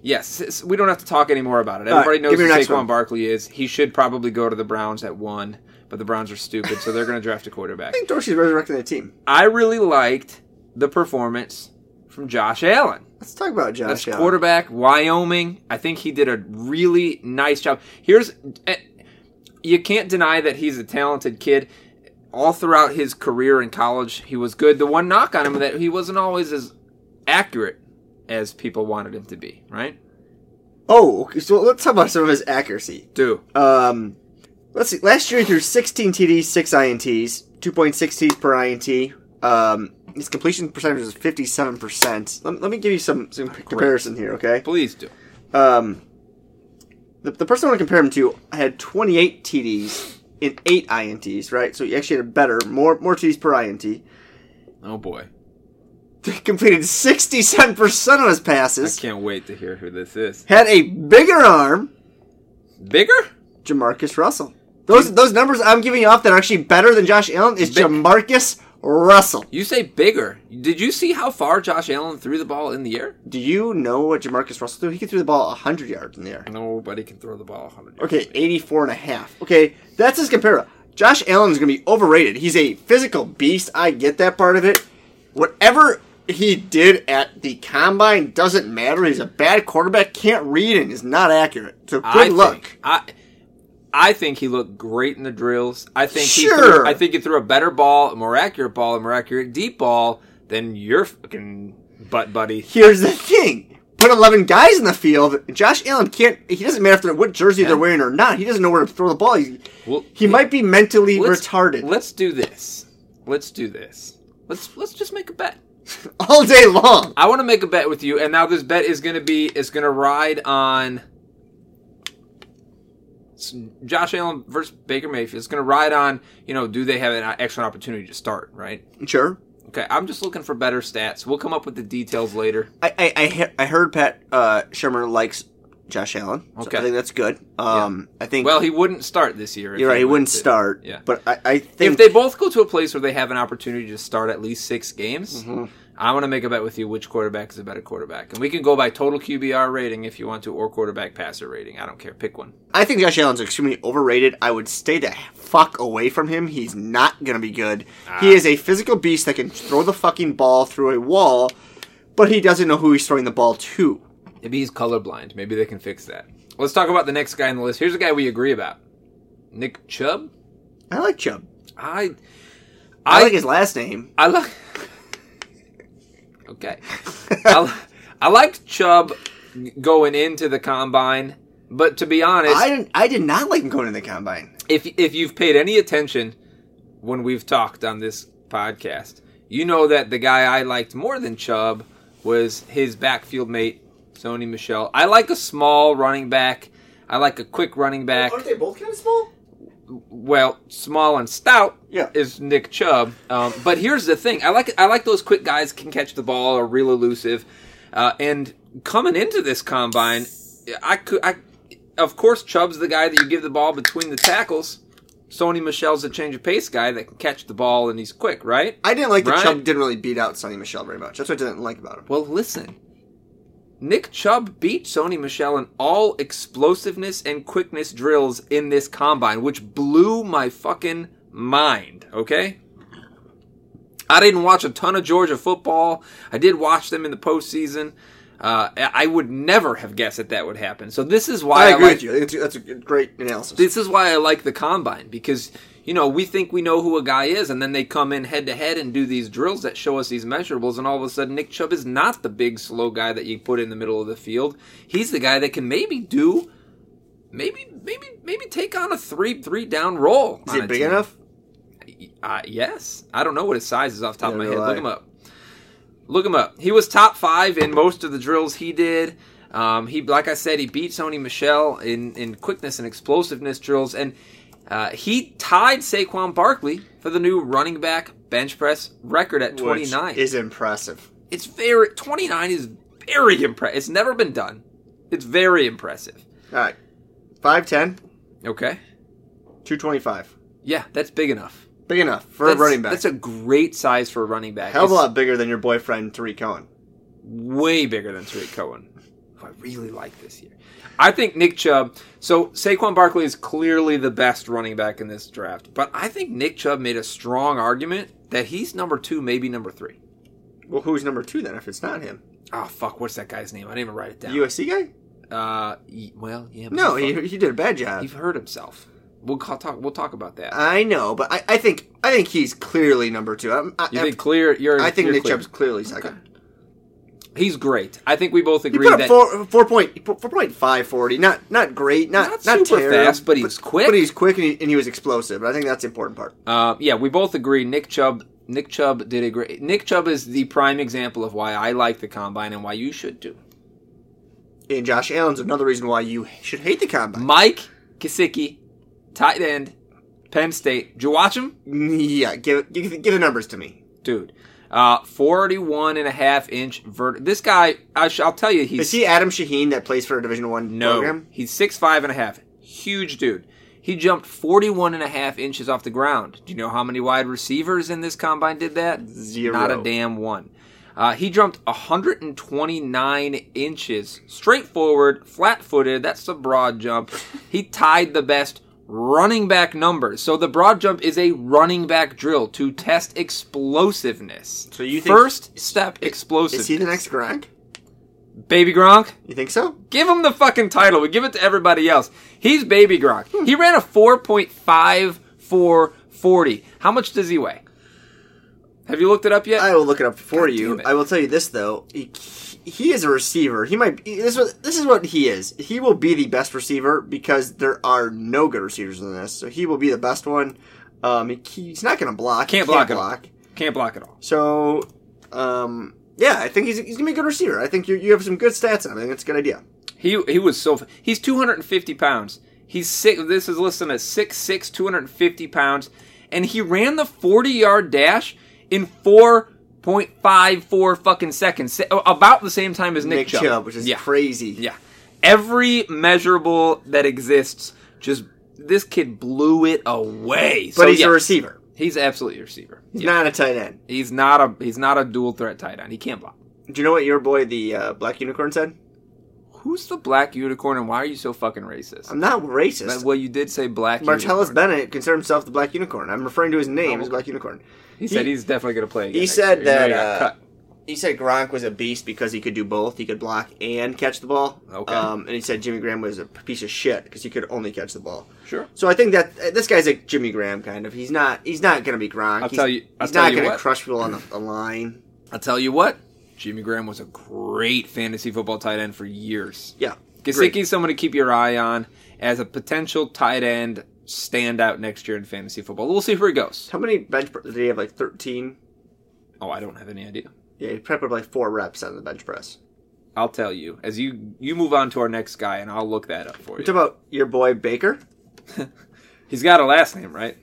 [SPEAKER 2] Yes, s- we don't have to talk anymore about it.
[SPEAKER 1] All right,
[SPEAKER 2] Everybody knows
[SPEAKER 1] give me
[SPEAKER 2] who
[SPEAKER 1] your next
[SPEAKER 2] Saquon
[SPEAKER 1] one.
[SPEAKER 2] Barkley is. He should probably go to the Browns at one, but the Browns are stupid, so they're going to draft a quarterback.
[SPEAKER 1] I think Dorsey's resurrecting the team.
[SPEAKER 2] I really liked the performance from Josh Allen.
[SPEAKER 1] Let's talk about Josh.
[SPEAKER 2] That's
[SPEAKER 1] Allen.
[SPEAKER 2] quarterback, Wyoming. I think he did a really nice job. Here's eh, you can't deny that he's a talented kid. All throughout his career in college, he was good. The one knock on him that he wasn't always as accurate as people wanted him to be, right?
[SPEAKER 1] Oh, okay, so let's talk about some of his accuracy.
[SPEAKER 2] Do.
[SPEAKER 1] Um, let's see. Last year he threw 16 TDs, six INTs, 2.6 TDs per INT. Um, his completion percentage was 57%. Let, let me give you some, some comparison here, okay?
[SPEAKER 2] Please do.
[SPEAKER 1] Um, the, the person I want to compare him to had 28 TDs and eight INTs, right? So he actually had a better, more more TDs per INT.
[SPEAKER 2] Oh boy.
[SPEAKER 1] Completed 67% of his
[SPEAKER 2] I
[SPEAKER 1] passes.
[SPEAKER 2] can't wait to hear who this is.
[SPEAKER 1] Had a bigger arm,
[SPEAKER 2] Bigger?
[SPEAKER 1] Jamarcus Russell. Those those numbers I'm giving off that are actually better than Josh Allen is
[SPEAKER 2] Big-
[SPEAKER 1] Jamarcus Russell.
[SPEAKER 2] You say bigger. Did you see how far Josh Allen threw the ball in the air?
[SPEAKER 1] Do you know what Jamarcus Russell threw? He could throw the ball 100 yards in the air.
[SPEAKER 2] Nobody can throw the ball 100
[SPEAKER 1] Okay, 84 and a half. Okay, that's his compare. Josh Allen's going to be overrated. He's a physical beast. I get that part of it. Whatever he did at the combine doesn't matter. He's a bad quarterback, can't read, and is not accurate. So good
[SPEAKER 2] I
[SPEAKER 1] luck.
[SPEAKER 2] Think, I I think he looked great in the drills. I think he
[SPEAKER 1] Sure.
[SPEAKER 2] threw, I think he threw a better ball, a more accurate ball, a more accurate deep ball than your fucking butt buddy.
[SPEAKER 1] Here's the thing. Put 11 guys in the field. Josh Allen can't, he doesn't matter if they're, what jersey they're wearing or not. He doesn't know where to throw the ball. He,
[SPEAKER 2] Well,
[SPEAKER 1] he might be mentally
[SPEAKER 2] let's-
[SPEAKER 1] retarded
[SPEAKER 2] Let's do this. Let's do this. Let's let's just make a bet.
[SPEAKER 1] all day long.
[SPEAKER 2] I want to make a bet with you, and now this bet is going to be is going to ride on It's Josh Allen versus Baker Mayfield. It's going to ride on, you know, do they have an excellent opportunity to start, right?
[SPEAKER 1] Sure.
[SPEAKER 2] Okay, I'm just looking for better stats. We'll come up with the details later.
[SPEAKER 1] I I, I, he- I heard Pat uh, Shermer likes Josh Allen. so
[SPEAKER 2] Okay.
[SPEAKER 1] I think that's good. Um, I think
[SPEAKER 2] Well, he wouldn't start this year. if
[SPEAKER 1] you're right. He
[SPEAKER 2] went
[SPEAKER 1] wouldn't
[SPEAKER 2] to-
[SPEAKER 1] start.
[SPEAKER 2] Yeah.
[SPEAKER 1] But I, I think
[SPEAKER 2] If they both go to a place where they have an opportunity to start at least six games,
[SPEAKER 1] Mm-hmm.
[SPEAKER 2] I want to make a bet with you which quarterback is a better quarterback. And we can go by total QBR rating if you want to, or quarterback passer rating. I don't care. Pick one.
[SPEAKER 1] I think Josh Allen's extremely overrated. I would stay the fuck away from him. He's not gonna be good. He is a physical beast that can throw the fucking ball through a wall, but he doesn't know who he's throwing the ball to.
[SPEAKER 2] Maybe he's colorblind. Maybe they can fix that. Let's talk about the next guy on the list. Here's a guy we agree about Nick Chubb.
[SPEAKER 1] I like Chubb.
[SPEAKER 2] I.
[SPEAKER 1] I,
[SPEAKER 2] I,
[SPEAKER 1] like his last name.
[SPEAKER 2] I like. Okay. I, li- I liked Chubb going into the combine, but to be honest,
[SPEAKER 1] I didn't. I did not like him going to the combine.
[SPEAKER 2] if if you've paid any attention when we've talked on this podcast, you know that the guy I liked more than Chubb was his backfield mate, Sony Michelle. I like a small running back. I like a quick running back.
[SPEAKER 1] they both kind of small?
[SPEAKER 2] Well, small and stout
[SPEAKER 1] Yeah.
[SPEAKER 2] is Nick Chubb. Um, but here's the thing: I like I like those quick guys can catch the ball are real elusive. Uh, and coming into this combine, I could I, of course, Chubb's the guy that you give the ball between the tackles. Sony Michelle's a change of pace guy that can catch the ball and he's quick, right?
[SPEAKER 1] I didn't like that
[SPEAKER 2] Right.
[SPEAKER 1] Chubb didn't really beat out Sonny Michelle very much. That's what I didn't like about him.
[SPEAKER 2] Well, listen. Nick Chubb beat Sony Michelle in all explosiveness and quickness drills in this combine, which blew my fucking mind, okay? I didn't watch a ton of Georgia football. I did watch them in the postseason. Uh, I I would never have guessed that that would happen. So this is why
[SPEAKER 1] I, agree
[SPEAKER 2] like-
[SPEAKER 1] with you. It's- That's a great analysis.
[SPEAKER 2] this is why I like the combine because you know we think we know who a guy is, and then they come in head to head and do these drills that show us these measurables, and all of a sudden Nick Chubb is not the big slow guy that you put in the middle of the field. He's the guy that can maybe do, maybe maybe maybe take on a three three down roll.
[SPEAKER 1] is
[SPEAKER 2] on
[SPEAKER 1] he
[SPEAKER 2] a
[SPEAKER 1] big
[SPEAKER 2] team.
[SPEAKER 1] enough?
[SPEAKER 2] Uh, yes, I don't know what his size is off the top of my
[SPEAKER 1] Neither
[SPEAKER 2] head.
[SPEAKER 1] do
[SPEAKER 2] Look
[SPEAKER 1] I.
[SPEAKER 2] him up. Look him up. He was top five in most of the drills he did. Um, he, like I said, he beat Sony Michelle in in quickness and explosiveness drills, and uh, he tied Saquon Barkley for the new running back bench press record at
[SPEAKER 1] Which
[SPEAKER 2] 29.
[SPEAKER 1] is impressive.
[SPEAKER 2] It's very 29 is very impressive. It's never been done. It's very impressive.
[SPEAKER 1] All right, 5'10",
[SPEAKER 2] Okay,
[SPEAKER 1] 225.
[SPEAKER 2] yeah, that's big enough
[SPEAKER 1] Big enough for
[SPEAKER 2] That's-
[SPEAKER 1] a running back.
[SPEAKER 2] That's a great size for a running back.
[SPEAKER 1] Hell of a
[SPEAKER 2] It's-
[SPEAKER 1] lot bigger than your boyfriend Tariq Cohen.
[SPEAKER 2] way bigger than Tariq Cohen, who I really like this year. I think Nick Chubb. So Saquon Barkley is clearly the best running back in this draft, but I think Nick Chubb made a strong argument that he's number two, maybe number three.
[SPEAKER 1] Well, who's number two then? If it's not him,
[SPEAKER 2] Oh fuck, what's that guy's name? I didn't even write it down.
[SPEAKER 1] USC guy?
[SPEAKER 2] uh, y- well, yeah. but
[SPEAKER 1] No,
[SPEAKER 2] he,
[SPEAKER 1] he, he did a bad
[SPEAKER 2] he
[SPEAKER 1] job.
[SPEAKER 2] hurt himself. We'll ca- talk. We'll talk about that.
[SPEAKER 1] I know, but I, I think I think he's clearly number two. I'm, I,
[SPEAKER 2] you think clear? You're.
[SPEAKER 1] I think
[SPEAKER 2] you're
[SPEAKER 1] Nick
[SPEAKER 2] clear.
[SPEAKER 1] Chubb's clearly second.
[SPEAKER 2] He's great. I think we both
[SPEAKER 1] He
[SPEAKER 2] agree
[SPEAKER 1] put up
[SPEAKER 2] that
[SPEAKER 1] four four point four point five forty. Not not great. Not
[SPEAKER 2] Not
[SPEAKER 1] not,
[SPEAKER 2] super
[SPEAKER 1] terrible,
[SPEAKER 2] fast, but he was quick.
[SPEAKER 1] But he's quick and he, and he was explosive. And I think that's the important part.
[SPEAKER 2] Uh, yeah, we both agree. Nick Chubb. Nick Chubb did a great. Nick Chubb is the prime example of why I like the combine and why you should too.
[SPEAKER 1] And Josh Allen's another reason why you should hate the combine.
[SPEAKER 2] Mike Kosicki, tight end, Penn State. Did you watch him,
[SPEAKER 1] Yeah, give, give give the numbers to me.
[SPEAKER 2] dude? Uh, 41 and a half inch vert. This guy, I sh- I'll tell you, he's
[SPEAKER 1] Is he Adam Shaheen that plays for a Division One
[SPEAKER 2] No.
[SPEAKER 1] program?
[SPEAKER 2] He's six five and a half. Huge dude. He jumped 41 and a half inches off the ground. Do you know how many wide receivers in this combine did that?
[SPEAKER 1] Zero.
[SPEAKER 2] Not a damn one. Uh, he jumped 129 inches straight forward, flat footed. That's the broad jump. he tied the best running back numbers. So the broad jump is a running back drill to test explosiveness.
[SPEAKER 1] So you think-
[SPEAKER 2] first step explosive.
[SPEAKER 1] Is he the next Gronk?
[SPEAKER 2] Baby Gronk?
[SPEAKER 1] You think so?
[SPEAKER 2] Give him the fucking title. We give it to everybody else. He's Baby Gronk.
[SPEAKER 1] Hmm.
[SPEAKER 2] He ran a 4.5440. How much does he weigh? Have you looked it up yet?
[SPEAKER 1] I will look it up for
[SPEAKER 2] God damn
[SPEAKER 1] you.
[SPEAKER 2] it.
[SPEAKER 1] I will tell you this though: he, he is a receiver. He might. Be, this was. This is what he is. He will be the best receiver because there are no good receivers in this. So he will be the best one. Um, he, he's not going to block.
[SPEAKER 2] Can't
[SPEAKER 1] He
[SPEAKER 2] block him. Can't block at all.
[SPEAKER 1] So, um, yeah, I think he's, he's going to be a good receiver. I think you you have some good stats on him. I think that's a good idea.
[SPEAKER 2] He he was so f- he's 250 pounds. He's six. This is listed as 6'6", 250 pounds, and he ran the forty yard dash in four point five four fucking seconds, sa- about the same time as Nick,
[SPEAKER 1] Nick Chubb, which is
[SPEAKER 2] yeah,
[SPEAKER 1] crazy.
[SPEAKER 2] yeah. Every measurable that exists, just this kid blew it away.
[SPEAKER 1] But he's a receiver.
[SPEAKER 2] he's absolutely a receiver.
[SPEAKER 1] He's
[SPEAKER 2] Yeah.
[SPEAKER 1] not a tight end.
[SPEAKER 2] He's not a he's not a dual threat tight end. He can't block.
[SPEAKER 1] Do you know what your boy, the uh, black unicorn, said?
[SPEAKER 2] Who's the black unicorn, and why are you so fucking racist?
[SPEAKER 1] I'm not
[SPEAKER 2] But-
[SPEAKER 1] racist.
[SPEAKER 2] well, you did say black.
[SPEAKER 1] Martellus
[SPEAKER 2] unicorn.
[SPEAKER 1] Bennett considered himself the black unicorn. I'm referring to his name as black unicorn.
[SPEAKER 2] He said he's definitely going to play. Again
[SPEAKER 1] he
[SPEAKER 2] next
[SPEAKER 1] said
[SPEAKER 2] year, even though
[SPEAKER 1] that,
[SPEAKER 2] he got
[SPEAKER 1] uh,
[SPEAKER 2] cut.
[SPEAKER 1] He said Gronk was a beast because he could do both. He could block and catch the ball.
[SPEAKER 2] Okay.
[SPEAKER 1] Um, and he said Jimmy Graham was a piece of shit because he could only catch the ball.
[SPEAKER 2] Sure.
[SPEAKER 1] So I think that uh, this guy's like Jimmy Graham kind of. He's not. He's not going to be Gronk.
[SPEAKER 2] I'll
[SPEAKER 1] he's,
[SPEAKER 2] tell you- I'll
[SPEAKER 1] he's
[SPEAKER 2] tell
[SPEAKER 1] not
[SPEAKER 2] you
[SPEAKER 1] going to
[SPEAKER 2] what.
[SPEAKER 1] crush people on the, the line.
[SPEAKER 2] I'll tell you what. Jimmy Graham was a great fantasy football tight end for years.
[SPEAKER 1] Yeah. Great.
[SPEAKER 2] Gasicki's someone to keep your eye on as a potential tight end standout next year in fantasy football. We'll see where he goes.
[SPEAKER 1] How many bench press did he have? Like thirteen.
[SPEAKER 2] Oh, I don't have any idea.
[SPEAKER 1] Yeah, he probably like four reps on the bench press.
[SPEAKER 2] I'll tell you as you you move on to our next guy, and I'll look that up for
[SPEAKER 1] What
[SPEAKER 2] you.
[SPEAKER 1] about your boy Baker?
[SPEAKER 2] He's got a last name, right?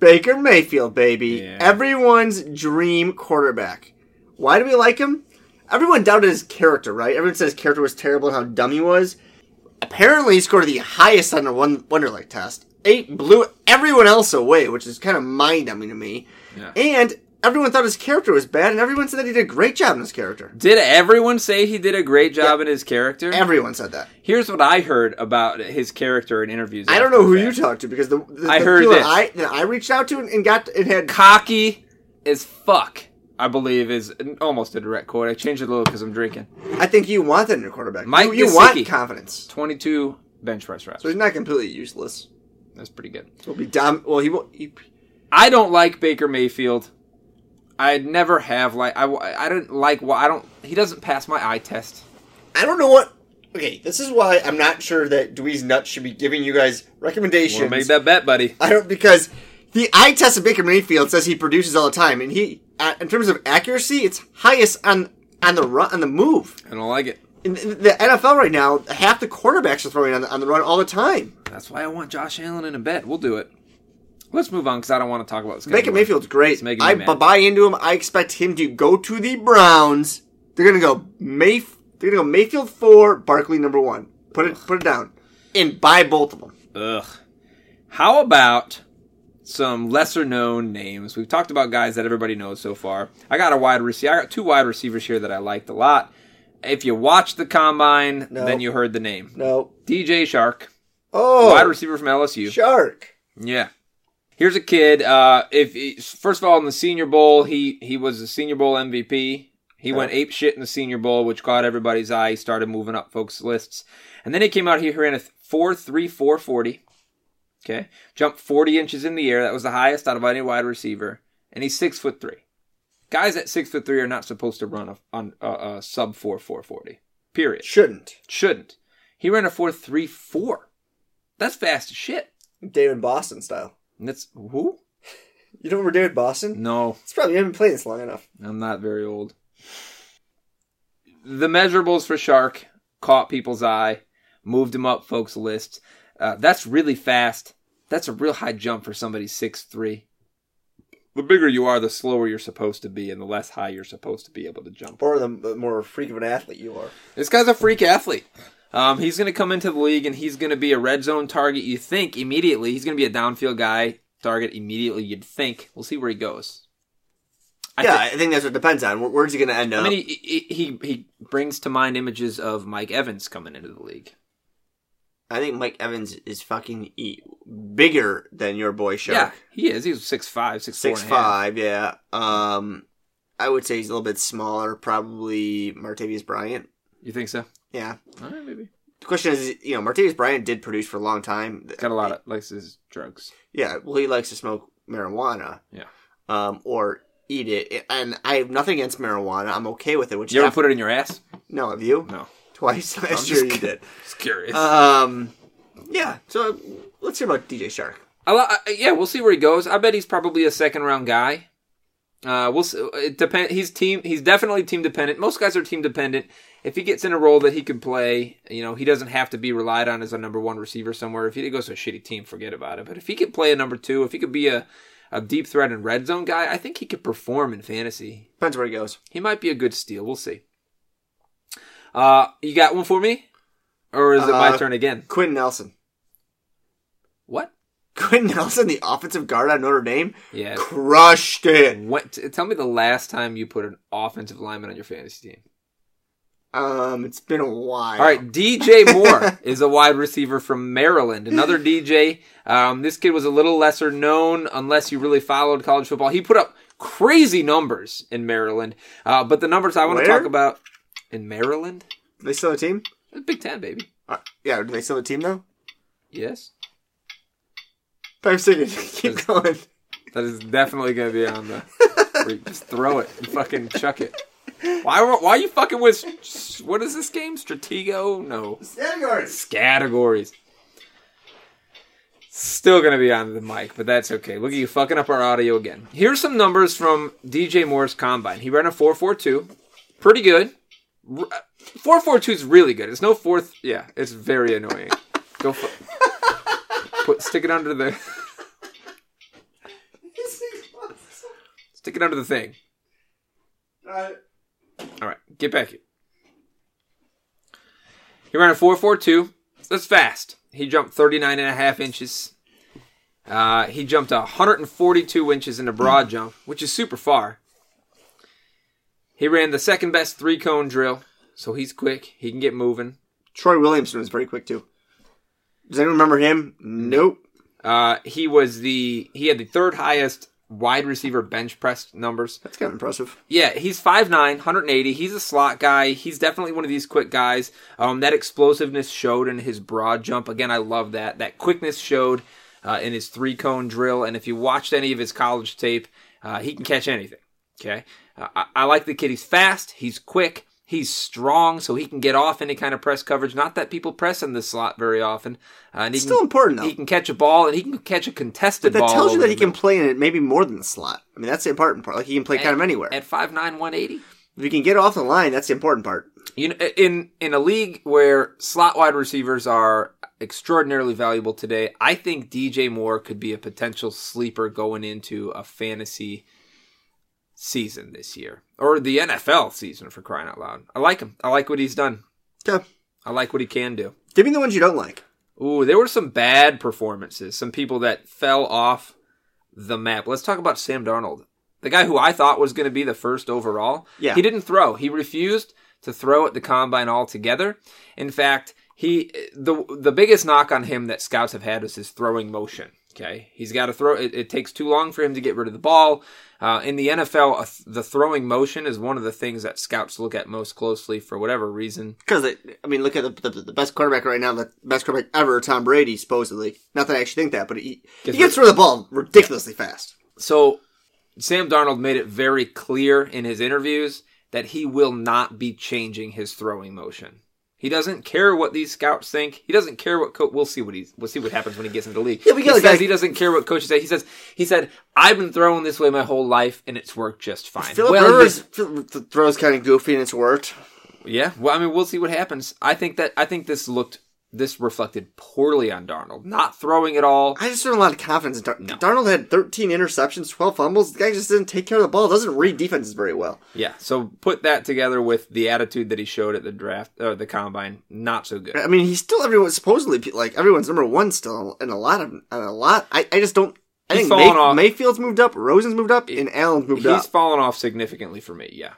[SPEAKER 1] Baker Mayfield, baby.
[SPEAKER 2] Yeah.
[SPEAKER 1] Everyone's dream quarterback. Why do we like him? Everyone doubted his character, right? Everyone said his character was terrible and how dumb he was. Apparently, he scored the highest on the one Wonderlic test. Eight blew everyone else away, which is kind of mind numbing to me.
[SPEAKER 2] Yeah.
[SPEAKER 1] And everyone thought his character was bad, and everyone said that he did a great job in his character.
[SPEAKER 2] Did everyone say he did a great job in his character?
[SPEAKER 1] Everyone said that.
[SPEAKER 2] Here's what I heard about his character in interviews.
[SPEAKER 1] I don't
[SPEAKER 2] after
[SPEAKER 1] know
[SPEAKER 2] the
[SPEAKER 1] who
[SPEAKER 2] fact.
[SPEAKER 1] you talked to because the, the,
[SPEAKER 2] I
[SPEAKER 1] the
[SPEAKER 2] heard
[SPEAKER 1] people
[SPEAKER 2] this.
[SPEAKER 1] that I, that I reached out to and, and got and had
[SPEAKER 2] cocky as fuck. I believe is an- almost a direct quote. I changed it a little because I'm drinking.
[SPEAKER 1] I think you want that in your quarterback.
[SPEAKER 2] Mike
[SPEAKER 1] you, you
[SPEAKER 2] Gesicki.
[SPEAKER 1] want confidence.
[SPEAKER 2] 22 bench press reps.
[SPEAKER 1] So he's not completely useless.
[SPEAKER 2] That's pretty good.
[SPEAKER 1] He'll be dom. Well, he won't. He,
[SPEAKER 2] I don't like Baker Mayfield. I never have like I w- I don't like why I don't he doesn't pass my eye test.
[SPEAKER 1] I don't know what. Okay, this is why I'm not sure that Dewey's nuts should be giving you guys recommendations.
[SPEAKER 2] Wanna make that bet, buddy.
[SPEAKER 1] I don't because the eye test of Baker Mayfield says he produces all the time, and he, uh, in terms of accuracy, it's highest on on the run on the move.
[SPEAKER 2] I don't like it.
[SPEAKER 1] In the the NFL right now, half the quarterbacks are throwing on the, on the run all the time.
[SPEAKER 2] That's why I want Josh Allen in a bet. We'll do it. Let's move on because I don't want to talk about this. guy
[SPEAKER 1] Baker
[SPEAKER 2] anymore.
[SPEAKER 1] Mayfield's great.
[SPEAKER 2] It's making me
[SPEAKER 1] I
[SPEAKER 2] mad.
[SPEAKER 1] buy into him. I expect him to go to the Browns. They're gonna go Mayf. They're gonna go Mayfield four, Barkley number one. Put it put it down, and buy both of them.
[SPEAKER 2] Ugh. How about some lesser known names? We've talked about guys that everybody knows so far. I got a wide receiver. I got two wide receivers here that I liked a lot. If you watched the combine,
[SPEAKER 1] No.
[SPEAKER 2] then you heard the name
[SPEAKER 1] No.
[SPEAKER 2] DJ Shark,
[SPEAKER 1] Oh,
[SPEAKER 2] wide receiver from LSU.
[SPEAKER 1] shark.
[SPEAKER 2] Yeah. Here's a kid. Uh, if he- first of all in the Senior Bowl, he he was the Senior Bowl MVP. He went ape shit in the Senior Bowl, which caught everybody's eye. He started moving up folks' lists, and then he came out. He ran a th- four three four forty. Okay, jumped forty inches in the air. That was the highest out of any wide receiver, and he's six foot three. Guys at six foot three are not supposed to run a, on a, a sub four four forty. Period.
[SPEAKER 1] Shouldn't
[SPEAKER 2] Shouldn't. He ran a four three four. That's fast as shit.
[SPEAKER 1] David Boston style.
[SPEAKER 2] And that's who?
[SPEAKER 1] You don't remember David Boston?
[SPEAKER 2] No,
[SPEAKER 1] It's probably you haven't played this long enough.
[SPEAKER 2] I'm not very old. The measurables for Shark caught people's eye, moved him up folks' lists. Uh, that's really fast. That's a real high jump for somebody six three. The bigger you are, the slower you're supposed to be, and the less high you're supposed to be able to jump.
[SPEAKER 1] Or the, the more freak of an athlete you are.
[SPEAKER 2] This guy's a freak athlete. Um, he's going to come into the league and he's going to be a red zone target. You think immediately he's going to be a downfield guy target immediately. You'd think. We'll see where he goes. I
[SPEAKER 1] yeah,
[SPEAKER 2] thi-
[SPEAKER 1] I think that's what it depends on. Where- Where's he gonna end up?
[SPEAKER 2] I mean, he, he he- he brings to mind images of Mike Evans coming into the league.
[SPEAKER 1] I think Mike Evans is fucking e- bigger than your boy Shark.
[SPEAKER 2] Yeah, he is. He's six five, six four
[SPEAKER 1] six
[SPEAKER 2] and a half.
[SPEAKER 1] five. Yeah. Um, I would say he's a little bit smaller. Probably Martavius Bryant.
[SPEAKER 2] You think so?
[SPEAKER 1] Yeah.
[SPEAKER 2] All right, maybe.
[SPEAKER 1] The question is, you know, Martavius Bryant did produce for a long time.
[SPEAKER 2] Got a lot of likes his drugs.
[SPEAKER 1] Yeah. Well, he likes to smoke marijuana.
[SPEAKER 2] Yeah.
[SPEAKER 1] Um, or eat it, and I have nothing against marijuana. I'm okay with it. Which
[SPEAKER 2] You ever
[SPEAKER 1] half-
[SPEAKER 2] put it in your ass?
[SPEAKER 1] no, have you
[SPEAKER 2] No.
[SPEAKER 1] twice last
[SPEAKER 2] just
[SPEAKER 1] year you
[SPEAKER 2] kidding.
[SPEAKER 1] did.
[SPEAKER 2] It's curious.
[SPEAKER 1] Um, yeah. So let's hear about DJ Shark.
[SPEAKER 2] I li- I- yeah, we'll see where he goes. I bet he's probably a second round guy. Uh, we'll see. It depend. He's team. He's definitely team dependent. Most guys are team dependent. If he gets in a role that he can play, you know, he doesn't have to be relied on as a number one receiver somewhere. If he goes to a shitty team, forget about it. But if he could play a number two, if he could be a, a deep threat and red zone guy, I think he could perform in fantasy.
[SPEAKER 1] Depends where he goes.
[SPEAKER 2] He might be a good steal. We'll see. Uh, you got one for me, or is it my
[SPEAKER 1] Uh,
[SPEAKER 2] turn again?
[SPEAKER 1] Quinn Nelson.
[SPEAKER 2] What?
[SPEAKER 1] Quinn Nelson, the offensive guard on Notre Dame,
[SPEAKER 2] Yeah.
[SPEAKER 1] crushed it.
[SPEAKER 2] What? t- Tell me the last time you put an offensive lineman on your fantasy team.
[SPEAKER 1] Um, it's been a while.
[SPEAKER 2] All right, DJ Moore is a wide receiver from Maryland. Another DJ. Um, this kid was a little lesser known unless you really followed college football. He put up crazy numbers in Maryland, uh, but the numbers I want to
[SPEAKER 1] Where?
[SPEAKER 2] talk about in Maryland,
[SPEAKER 1] Do they still have a team?
[SPEAKER 2] Big Ten baby.
[SPEAKER 1] Uh, yeah, do they still have a team though?
[SPEAKER 2] Yes,
[SPEAKER 1] I'm singing. Keep going.
[SPEAKER 2] that is definitely going to be on the. re- Just throw it, and fucking chuck it. Why? were- Why are you fucking with? s- What is this game? Stratego? No. categories. Still going to be on the mic, but that's okay. Look at you fucking up our audio again. Here's some numbers from DJ Moore's combine. He ran a 442. Pretty good. R- 442 is really good. It's no fourth. Yeah, it's very annoying. Go fu- put stick it under the stick it under the thing.
[SPEAKER 1] Uh,
[SPEAKER 2] All right, get back here. He ran a 4.42. That's fast. He jumped 39 and a half inches. Uh, he jumped 142 inches in a broad jump, which is super far. He ran the second best three cone drill, so he's quick. He can get moving.
[SPEAKER 1] Troy Williamson was very quick too. Does anyone remember him? Nope.
[SPEAKER 2] Uh, he was the he had the third highest wide receiver bench press numbers.
[SPEAKER 1] That's kind of impressive.
[SPEAKER 2] Yeah, he's 5'9", 180. He's a slot guy. He's definitely one of these quick guys. Um, that explosiveness showed in his broad jump. Again, I love that. That quickness showed uh, in his three cone drill. And if you watched any of his college tape, uh, he can catch anything. Okay, uh, I, I like the kid. He's fast. He's quick. He's strong, so he can get off any kind of press coverage. Not that people press in the slot very often. Uh, and he
[SPEAKER 1] Still
[SPEAKER 2] can,
[SPEAKER 1] important, though.
[SPEAKER 2] He can catch a ball, and he can catch a contested
[SPEAKER 1] That
[SPEAKER 2] ball.
[SPEAKER 1] tells you
[SPEAKER 2] over
[SPEAKER 1] that
[SPEAKER 2] the
[SPEAKER 1] he can
[SPEAKER 2] middle.
[SPEAKER 1] play in it maybe more than the slot. I mean, that's the important part. Like he can play kind of anywhere.
[SPEAKER 2] at 5'9", 180.
[SPEAKER 1] if you can get off the line, that's the important part.
[SPEAKER 2] You know, in in a league where slot wide receivers are extraordinarily valuable today, I think DJ Moore could be a potential sleeper going into a fantasy season this year or the NFL season for crying out loud. I like him. I like what he's done.
[SPEAKER 1] Yeah.
[SPEAKER 2] I like what he can do.
[SPEAKER 1] Give me the ones you don't like.
[SPEAKER 2] Ooh, there were some bad performances. Some people that fell off the map. Let's talk about Sam Darnold, the guy who I thought was going to be the first overall.
[SPEAKER 1] Yeah.
[SPEAKER 2] he didn't throw. He refused to throw at the combine altogether. In fact, he the the biggest knock on him that scouts have had is his throwing motion. Okay, he's got to throw. It, it takes too long for him to get rid of the ball. Uh, in the NFL, a th- the throwing motion is one of the things that scouts look at most closely for whatever reason.
[SPEAKER 1] Because I mean, look at the, the the best quarterback right now, the best quarterback ever, Tom Brady, supposedly. Not that I actually think that, but he, he
[SPEAKER 2] Gets
[SPEAKER 1] gets rid of the ball ridiculously fast.
[SPEAKER 2] So Sam Darnold made it very clear in his interviews that he will not be changing his throwing motion. He doesn't care what these scouts think. He doesn't care what coach. We'll see what he's. We'll see what happens when he gets into the league.
[SPEAKER 1] Yeah, we got
[SPEAKER 2] he
[SPEAKER 1] a guy-
[SPEAKER 2] says he doesn't care what coaches say. He says he said I've been throwing this way my whole life and it's worked just fine.
[SPEAKER 1] Philip
[SPEAKER 2] Well,
[SPEAKER 1] Rivers th- th- throws kind of goofy and it's worked.
[SPEAKER 2] yeah. Well, I mean, we'll see what happens. I think that I think this looked this reflected poorly on Darnold, not throwing at all.
[SPEAKER 1] I just don't have a lot of confidence in Dar- Darnold. Had 13 interceptions, 12 fumbles. The guy just didn't take care of the ball. Doesn't read defenses very well.
[SPEAKER 2] Yeah. So put that together with the attitude that he showed at the draft or the combine, not so good.
[SPEAKER 1] I mean, he's still everyone supposedly pe- like everyone's number one still, and a lot of and a lot. I, I just don't. I
[SPEAKER 2] He's
[SPEAKER 1] think May-
[SPEAKER 2] fallen off.
[SPEAKER 1] Mayfield's moved up, Rosen's moved up, and Allen's moved
[SPEAKER 2] He's
[SPEAKER 1] up.
[SPEAKER 2] fallen off significantly for me. Yeah,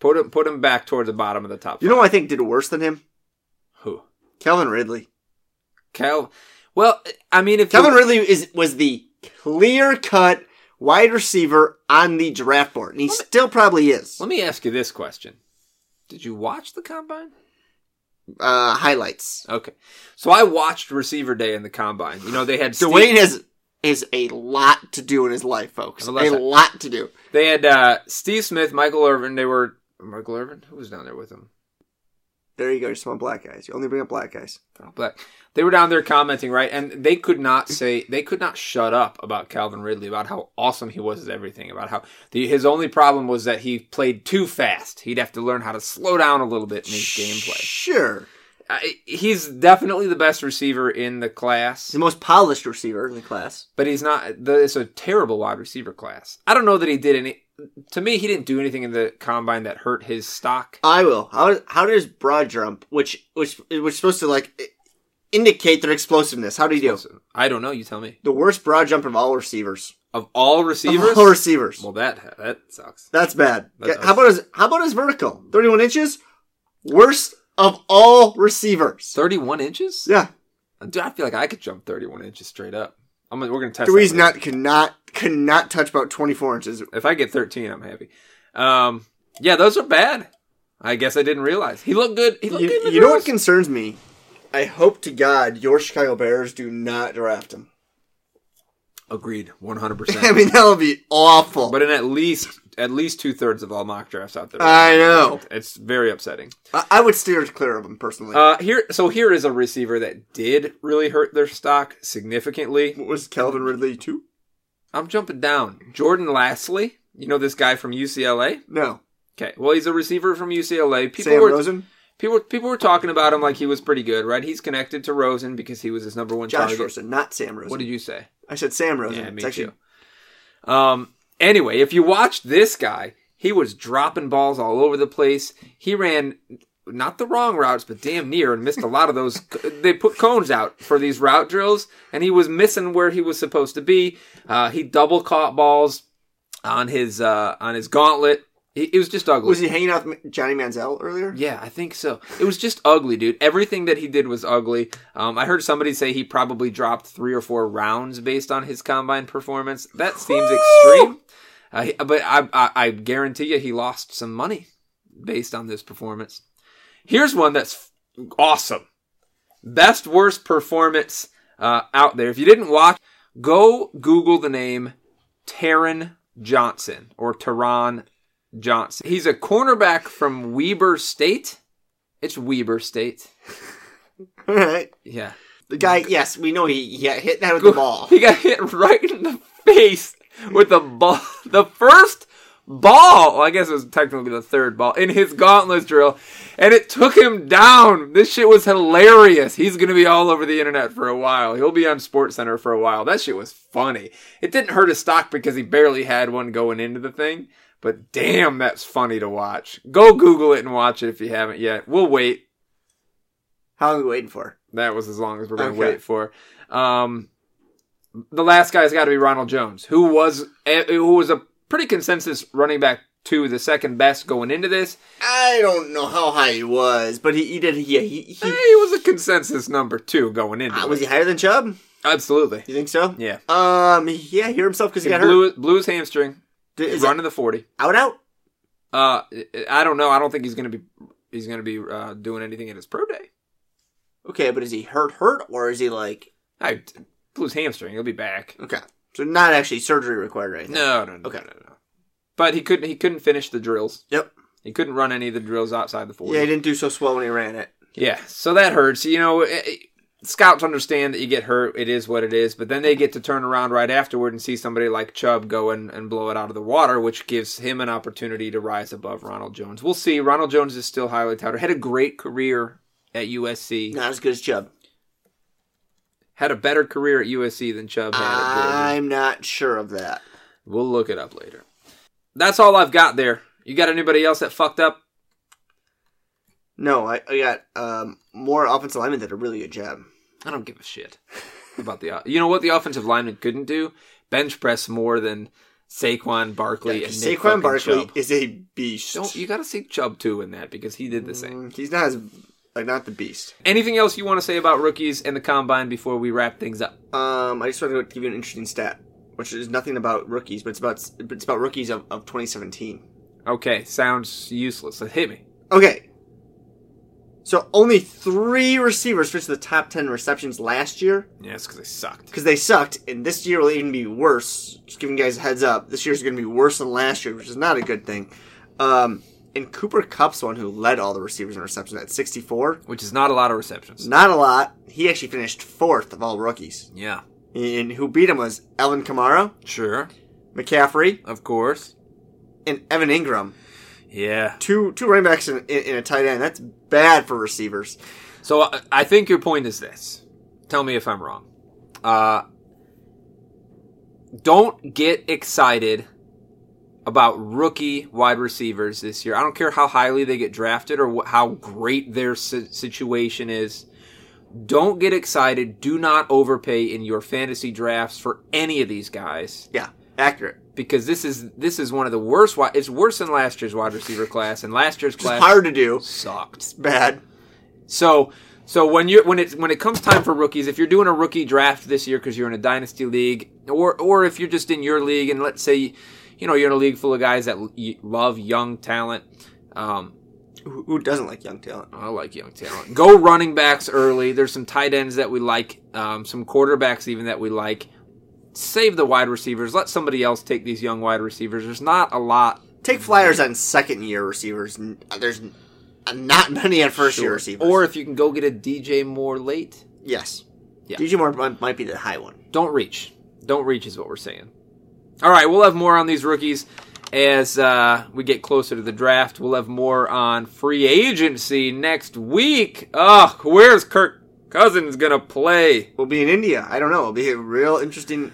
[SPEAKER 2] put him put him back towards the bottom of the top.
[SPEAKER 1] You
[SPEAKER 2] five.
[SPEAKER 1] know, who I think did worse than him,
[SPEAKER 2] who?
[SPEAKER 1] Calvin Ridley.
[SPEAKER 2] Cal. Well, I mean, if
[SPEAKER 1] Calvin
[SPEAKER 2] you-
[SPEAKER 1] Ridley is was the clear cut wide receiver on the draft board, and he still probably is.
[SPEAKER 2] let me ask you this question: Did you watch the combine?
[SPEAKER 1] Uh, highlights.
[SPEAKER 2] Okay, so I watched receiver day in the combine. You know they had Steve-
[SPEAKER 1] Dwayne has is a lot to do in his life, folks.
[SPEAKER 2] Unless
[SPEAKER 1] a
[SPEAKER 2] I-
[SPEAKER 1] lot to do.
[SPEAKER 2] They had uh, Steve Smith, Michael Irvin. They were Michael Irvin. Who was down there with him?
[SPEAKER 1] There you go. You just want black guys. You only bring up black guys.
[SPEAKER 2] But they were down there commenting, right? And they could not say, they could not shut up about Calvin Ridley, about how awesome he was at everything, about how the, his only problem was that he played too fast. He'd have to learn how to slow down a little bit in his gameplay.
[SPEAKER 1] Sure.
[SPEAKER 2] I, he's definitely the best receiver in the class,
[SPEAKER 1] He's the most polished receiver in the class.
[SPEAKER 2] but he's not, the, it's a terrible wide receiver class. I don't know that he did any, to me, he didn't do anything in the combine that hurt his stock.
[SPEAKER 1] I will. How, how does broad jump, which which was supposed to like i- indicate their explosiveness, how do you do?
[SPEAKER 2] I don't know, you tell me.
[SPEAKER 1] The worst broad jump of all receivers.
[SPEAKER 2] Of all
[SPEAKER 1] Of
[SPEAKER 2] receivers?
[SPEAKER 1] all receivers.
[SPEAKER 2] Well, that, that sucks.
[SPEAKER 1] That's bad.
[SPEAKER 2] That
[SPEAKER 1] how about his How about his vertical? Thirty-one inches. Worst of all receivers.
[SPEAKER 2] 31 inches?
[SPEAKER 1] Yeah,
[SPEAKER 2] Dude, I feel like I could jump 31 inches straight up. I'm gonna, we're gonna test.
[SPEAKER 1] Dewey's
[SPEAKER 2] that later.
[SPEAKER 1] not cannot cannot touch about twenty-four inches.
[SPEAKER 2] If I get 13, I'm happy. Um, yeah, those are bad. I guess I didn't realize he looked good. He looked good. in
[SPEAKER 1] You,
[SPEAKER 2] the
[SPEAKER 1] you know what
[SPEAKER 2] drills.
[SPEAKER 1] concerns me? I hope to God your Chicago Bears do not draft him.
[SPEAKER 2] Agreed, 100.
[SPEAKER 1] I
[SPEAKER 2] percent
[SPEAKER 1] mean, that'll be awful.
[SPEAKER 2] But in at least at least two thirds of all mock drafts out there,
[SPEAKER 1] I know.
[SPEAKER 2] it's very upsetting.
[SPEAKER 1] I, I would steer clear of him personally.
[SPEAKER 2] Uh, here, so here is a receiver that did really hurt their stock significantly.
[SPEAKER 1] was Calvin Ridley too?
[SPEAKER 2] I'm jumping down. Jordan Lastly, you know this guy from UCLA.
[SPEAKER 1] No,
[SPEAKER 2] Okay, well he's a receiver from UCLA. People
[SPEAKER 1] Sam
[SPEAKER 2] were
[SPEAKER 1] Rosen,
[SPEAKER 2] People were, people were talking about him like he was pretty good, right? He's connected to Rosen because he was his number one
[SPEAKER 1] Josh
[SPEAKER 2] target.
[SPEAKER 1] Rosen, not Sam Rosen.
[SPEAKER 2] What did you say?
[SPEAKER 1] I said Sam Rosen.
[SPEAKER 2] Yeah, me
[SPEAKER 1] it's actually
[SPEAKER 2] too. Um, anyway, if you watched this guy, he was dropping balls all over the place. He ran not the wrong routes, but damn near and missed a lot of those. They put cones out for these route drills, and he was missing where he was supposed to be. Uh, he double caught balls on his uh, on his gauntlet. It, it was just ugly.
[SPEAKER 1] was he hanging out with Johnny Manziel earlier?
[SPEAKER 2] Yeah, I think so. It was just ugly, dude. Everything that he did was ugly. Um, I heard somebody say he probably dropped three or four rounds based on his combine performance. That seems extreme. Uh, he- but I, I, I guarantee you he lost some money based on this performance. Here's one that's f- awesome. Best worst performance uh, out there. If you didn't watch, go Google the name Taron Johnson or Taron Johnson. He's a cornerback from Weber State. It's Weber State.
[SPEAKER 1] All right.
[SPEAKER 2] Yeah.
[SPEAKER 1] The guy, yes, we know he, he got hit that with the ball.
[SPEAKER 2] He got hit right in the face with the ball. The first ball, well, I guess it was technically the third ball, in his gauntlet drill, and it took him down. This shit was hilarious. He's going to be all over the internet for a while. He'll be on SportsCenter for a while. That shit was funny. It didn't hurt his stock because he barely had one going into the thing. But damn, that's funny to watch. Go Google it and watch it if you haven't yet. We'll wait.
[SPEAKER 1] How long are we waiting for?
[SPEAKER 2] That was as long as we're going to
[SPEAKER 1] Okay.
[SPEAKER 2] wait for. Um, the last guy's got to be Ronald Jones, who was eh, who was a pretty consensus running back two, the second best going into this.
[SPEAKER 1] I don't know how high he was, but he, he did. He, he, he,
[SPEAKER 2] Eh, he was a consensus number two going into
[SPEAKER 1] Ah,
[SPEAKER 2] it.
[SPEAKER 1] was he higher than Chubb?
[SPEAKER 2] Absolutely,
[SPEAKER 1] You think so?
[SPEAKER 2] yeah.
[SPEAKER 1] Um, yeah, he hurt himself because
[SPEAKER 2] He
[SPEAKER 1] he, got hurt.
[SPEAKER 2] blew blew his hamstring
[SPEAKER 1] D- Is
[SPEAKER 2] running
[SPEAKER 1] it
[SPEAKER 2] the forty.
[SPEAKER 1] out out?
[SPEAKER 2] Uh, I- I don't know. I don't think he's going to be he's going to be uh, doing anything at his pro day.
[SPEAKER 1] Okay, but is he hurt hurt or is he like
[SPEAKER 2] I blew his hamstring. He'll be back.
[SPEAKER 1] okay? So not actually surgery required right now.
[SPEAKER 2] No, no, no,
[SPEAKER 1] Okay.
[SPEAKER 2] no, no. But he couldn't he couldn't finish the drills.
[SPEAKER 1] Yep.
[SPEAKER 2] He couldn't run any of the drills outside the forty.
[SPEAKER 1] Yeah, he didn't do so swell when he ran it.
[SPEAKER 2] Yeah, so that hurts. You know, it, it- scouts understand that you get hurt. It is what it is. But then they get to turn around right afterward and see somebody like Chubb go and, and blow it out of the water, which gives him an opportunity to rise above Ronald Jones. We'll see. Ronald Jones is still highly touted. Had a great career at USC.
[SPEAKER 1] Not as good as Chubb.
[SPEAKER 2] Had a better career at USC than Chubb had at Georgia.
[SPEAKER 1] I'm not sure of that.
[SPEAKER 2] We'll look it up later. That's all I've got there. You got anybody else that fucked up?
[SPEAKER 1] No, I, I got um more offensive linemen that are really good job.
[SPEAKER 2] I don't give a shit about the. You know what the offensive lineman couldn't do? Bench press more than Saquon Barkley and Nick
[SPEAKER 1] Saquon
[SPEAKER 2] fucking
[SPEAKER 1] Barkley
[SPEAKER 2] Chubb.
[SPEAKER 1] is a beast.
[SPEAKER 2] Don't you got to say Chubb too in that because he did the same.
[SPEAKER 1] Mm, He's not as like not the beast.
[SPEAKER 2] Anything else you want to say about rookies and the combine before we wrap things up?
[SPEAKER 1] Um, I just wanted to give you an interesting stat, which is nothing about rookies, but it's about but it's about rookies of, of 2017.
[SPEAKER 2] Okay, sounds useless. Hit me.
[SPEAKER 1] Okay. So only three receivers finished the top 10 receptions last year
[SPEAKER 2] Yeah, it's because I sucked.
[SPEAKER 1] because they sucked, and this year will even be worse. Just giving you guys a heads up, this year's going to be worse than last year, which is not a good thing. Um, and Cooper Cup's one who led all the receivers in receptions at 64.
[SPEAKER 2] which is not a lot of receptions.
[SPEAKER 1] Not a lot. He actually finished fourth of all rookies.
[SPEAKER 2] Yeah,
[SPEAKER 1] And who beat him was Ellen Kamara,
[SPEAKER 2] sure,
[SPEAKER 1] McCaffrey,
[SPEAKER 2] of course.
[SPEAKER 1] and Evan Ingram.
[SPEAKER 2] Yeah.
[SPEAKER 1] Two two running backs in, in, in a tight end. That's bad for receivers.
[SPEAKER 2] So I, I think your point is this. Tell me if I'm wrong. Uh, don't get excited about rookie wide receivers this year. I don't care how highly they get drafted or wh- how great their si- situation is. Don't get excited. Do not overpay in your fantasy drafts for any of these guys
[SPEAKER 1] Yeah, accurate.
[SPEAKER 2] because this is this is one of the worst. Wi- it's worse than last year's wide receiver class, and last year's
[SPEAKER 1] It's
[SPEAKER 2] class
[SPEAKER 1] hard to do.
[SPEAKER 2] sucked.
[SPEAKER 1] It's bad.
[SPEAKER 2] So so when you are when it when it comes time for rookies, if you're doing a rookie draft this year because you're in a dynasty league, or or if you're just in your league, and let's say you know you're in a league full of guys that l- y- love young talent. Um,
[SPEAKER 1] Who who doesn't like young talent?
[SPEAKER 2] I like young talent. Go running backs early. There's some tight ends that we like, um, some quarterbacks even that we like. Save the wide receivers. Let somebody else take these young wide receivers. There's not a lot
[SPEAKER 1] Take flyers on second year receivers. N- uh, There's n- not many on first year
[SPEAKER 2] Sure.
[SPEAKER 1] receivers.
[SPEAKER 2] Or if you can go get a DJ Moore late,
[SPEAKER 1] yes,
[SPEAKER 2] Yeah.
[SPEAKER 1] DJ Moore mi- might be the high one.
[SPEAKER 2] don't reach. Don't reach is what we're saying. All right, we'll have more on these rookies as uh, we get closer to the draft. We'll have more on free agency next week. Ugh, where's Kirk Cousins gonna play?
[SPEAKER 1] We'll be in India. I don't know. It'll be a real interesting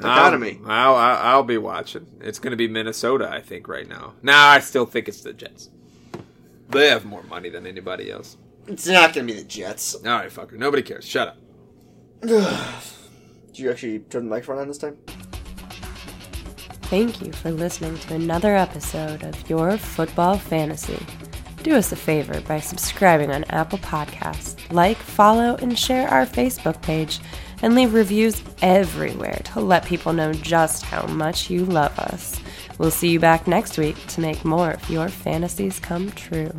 [SPEAKER 1] dichotomy.
[SPEAKER 2] Um, I'll, I'll, I'll be watching. It's gonna be Minnesota, I think, right now. Nah, I still think it's the Jets. They have more money than anybody else.
[SPEAKER 1] it's not going to be the Jets.
[SPEAKER 2] All right, fucker. Nobody cares. Shut up.
[SPEAKER 1] Did you actually turn the microphone on this time?
[SPEAKER 4] Thank you for listening to another episode of Your Football Fantasy. Do us a favor by subscribing on Apple Podcasts, like, follow, and share our Facebook page, and leave reviews everywhere to let people know just how much you love us. We'll see you back next week to make more of your fantasies come true.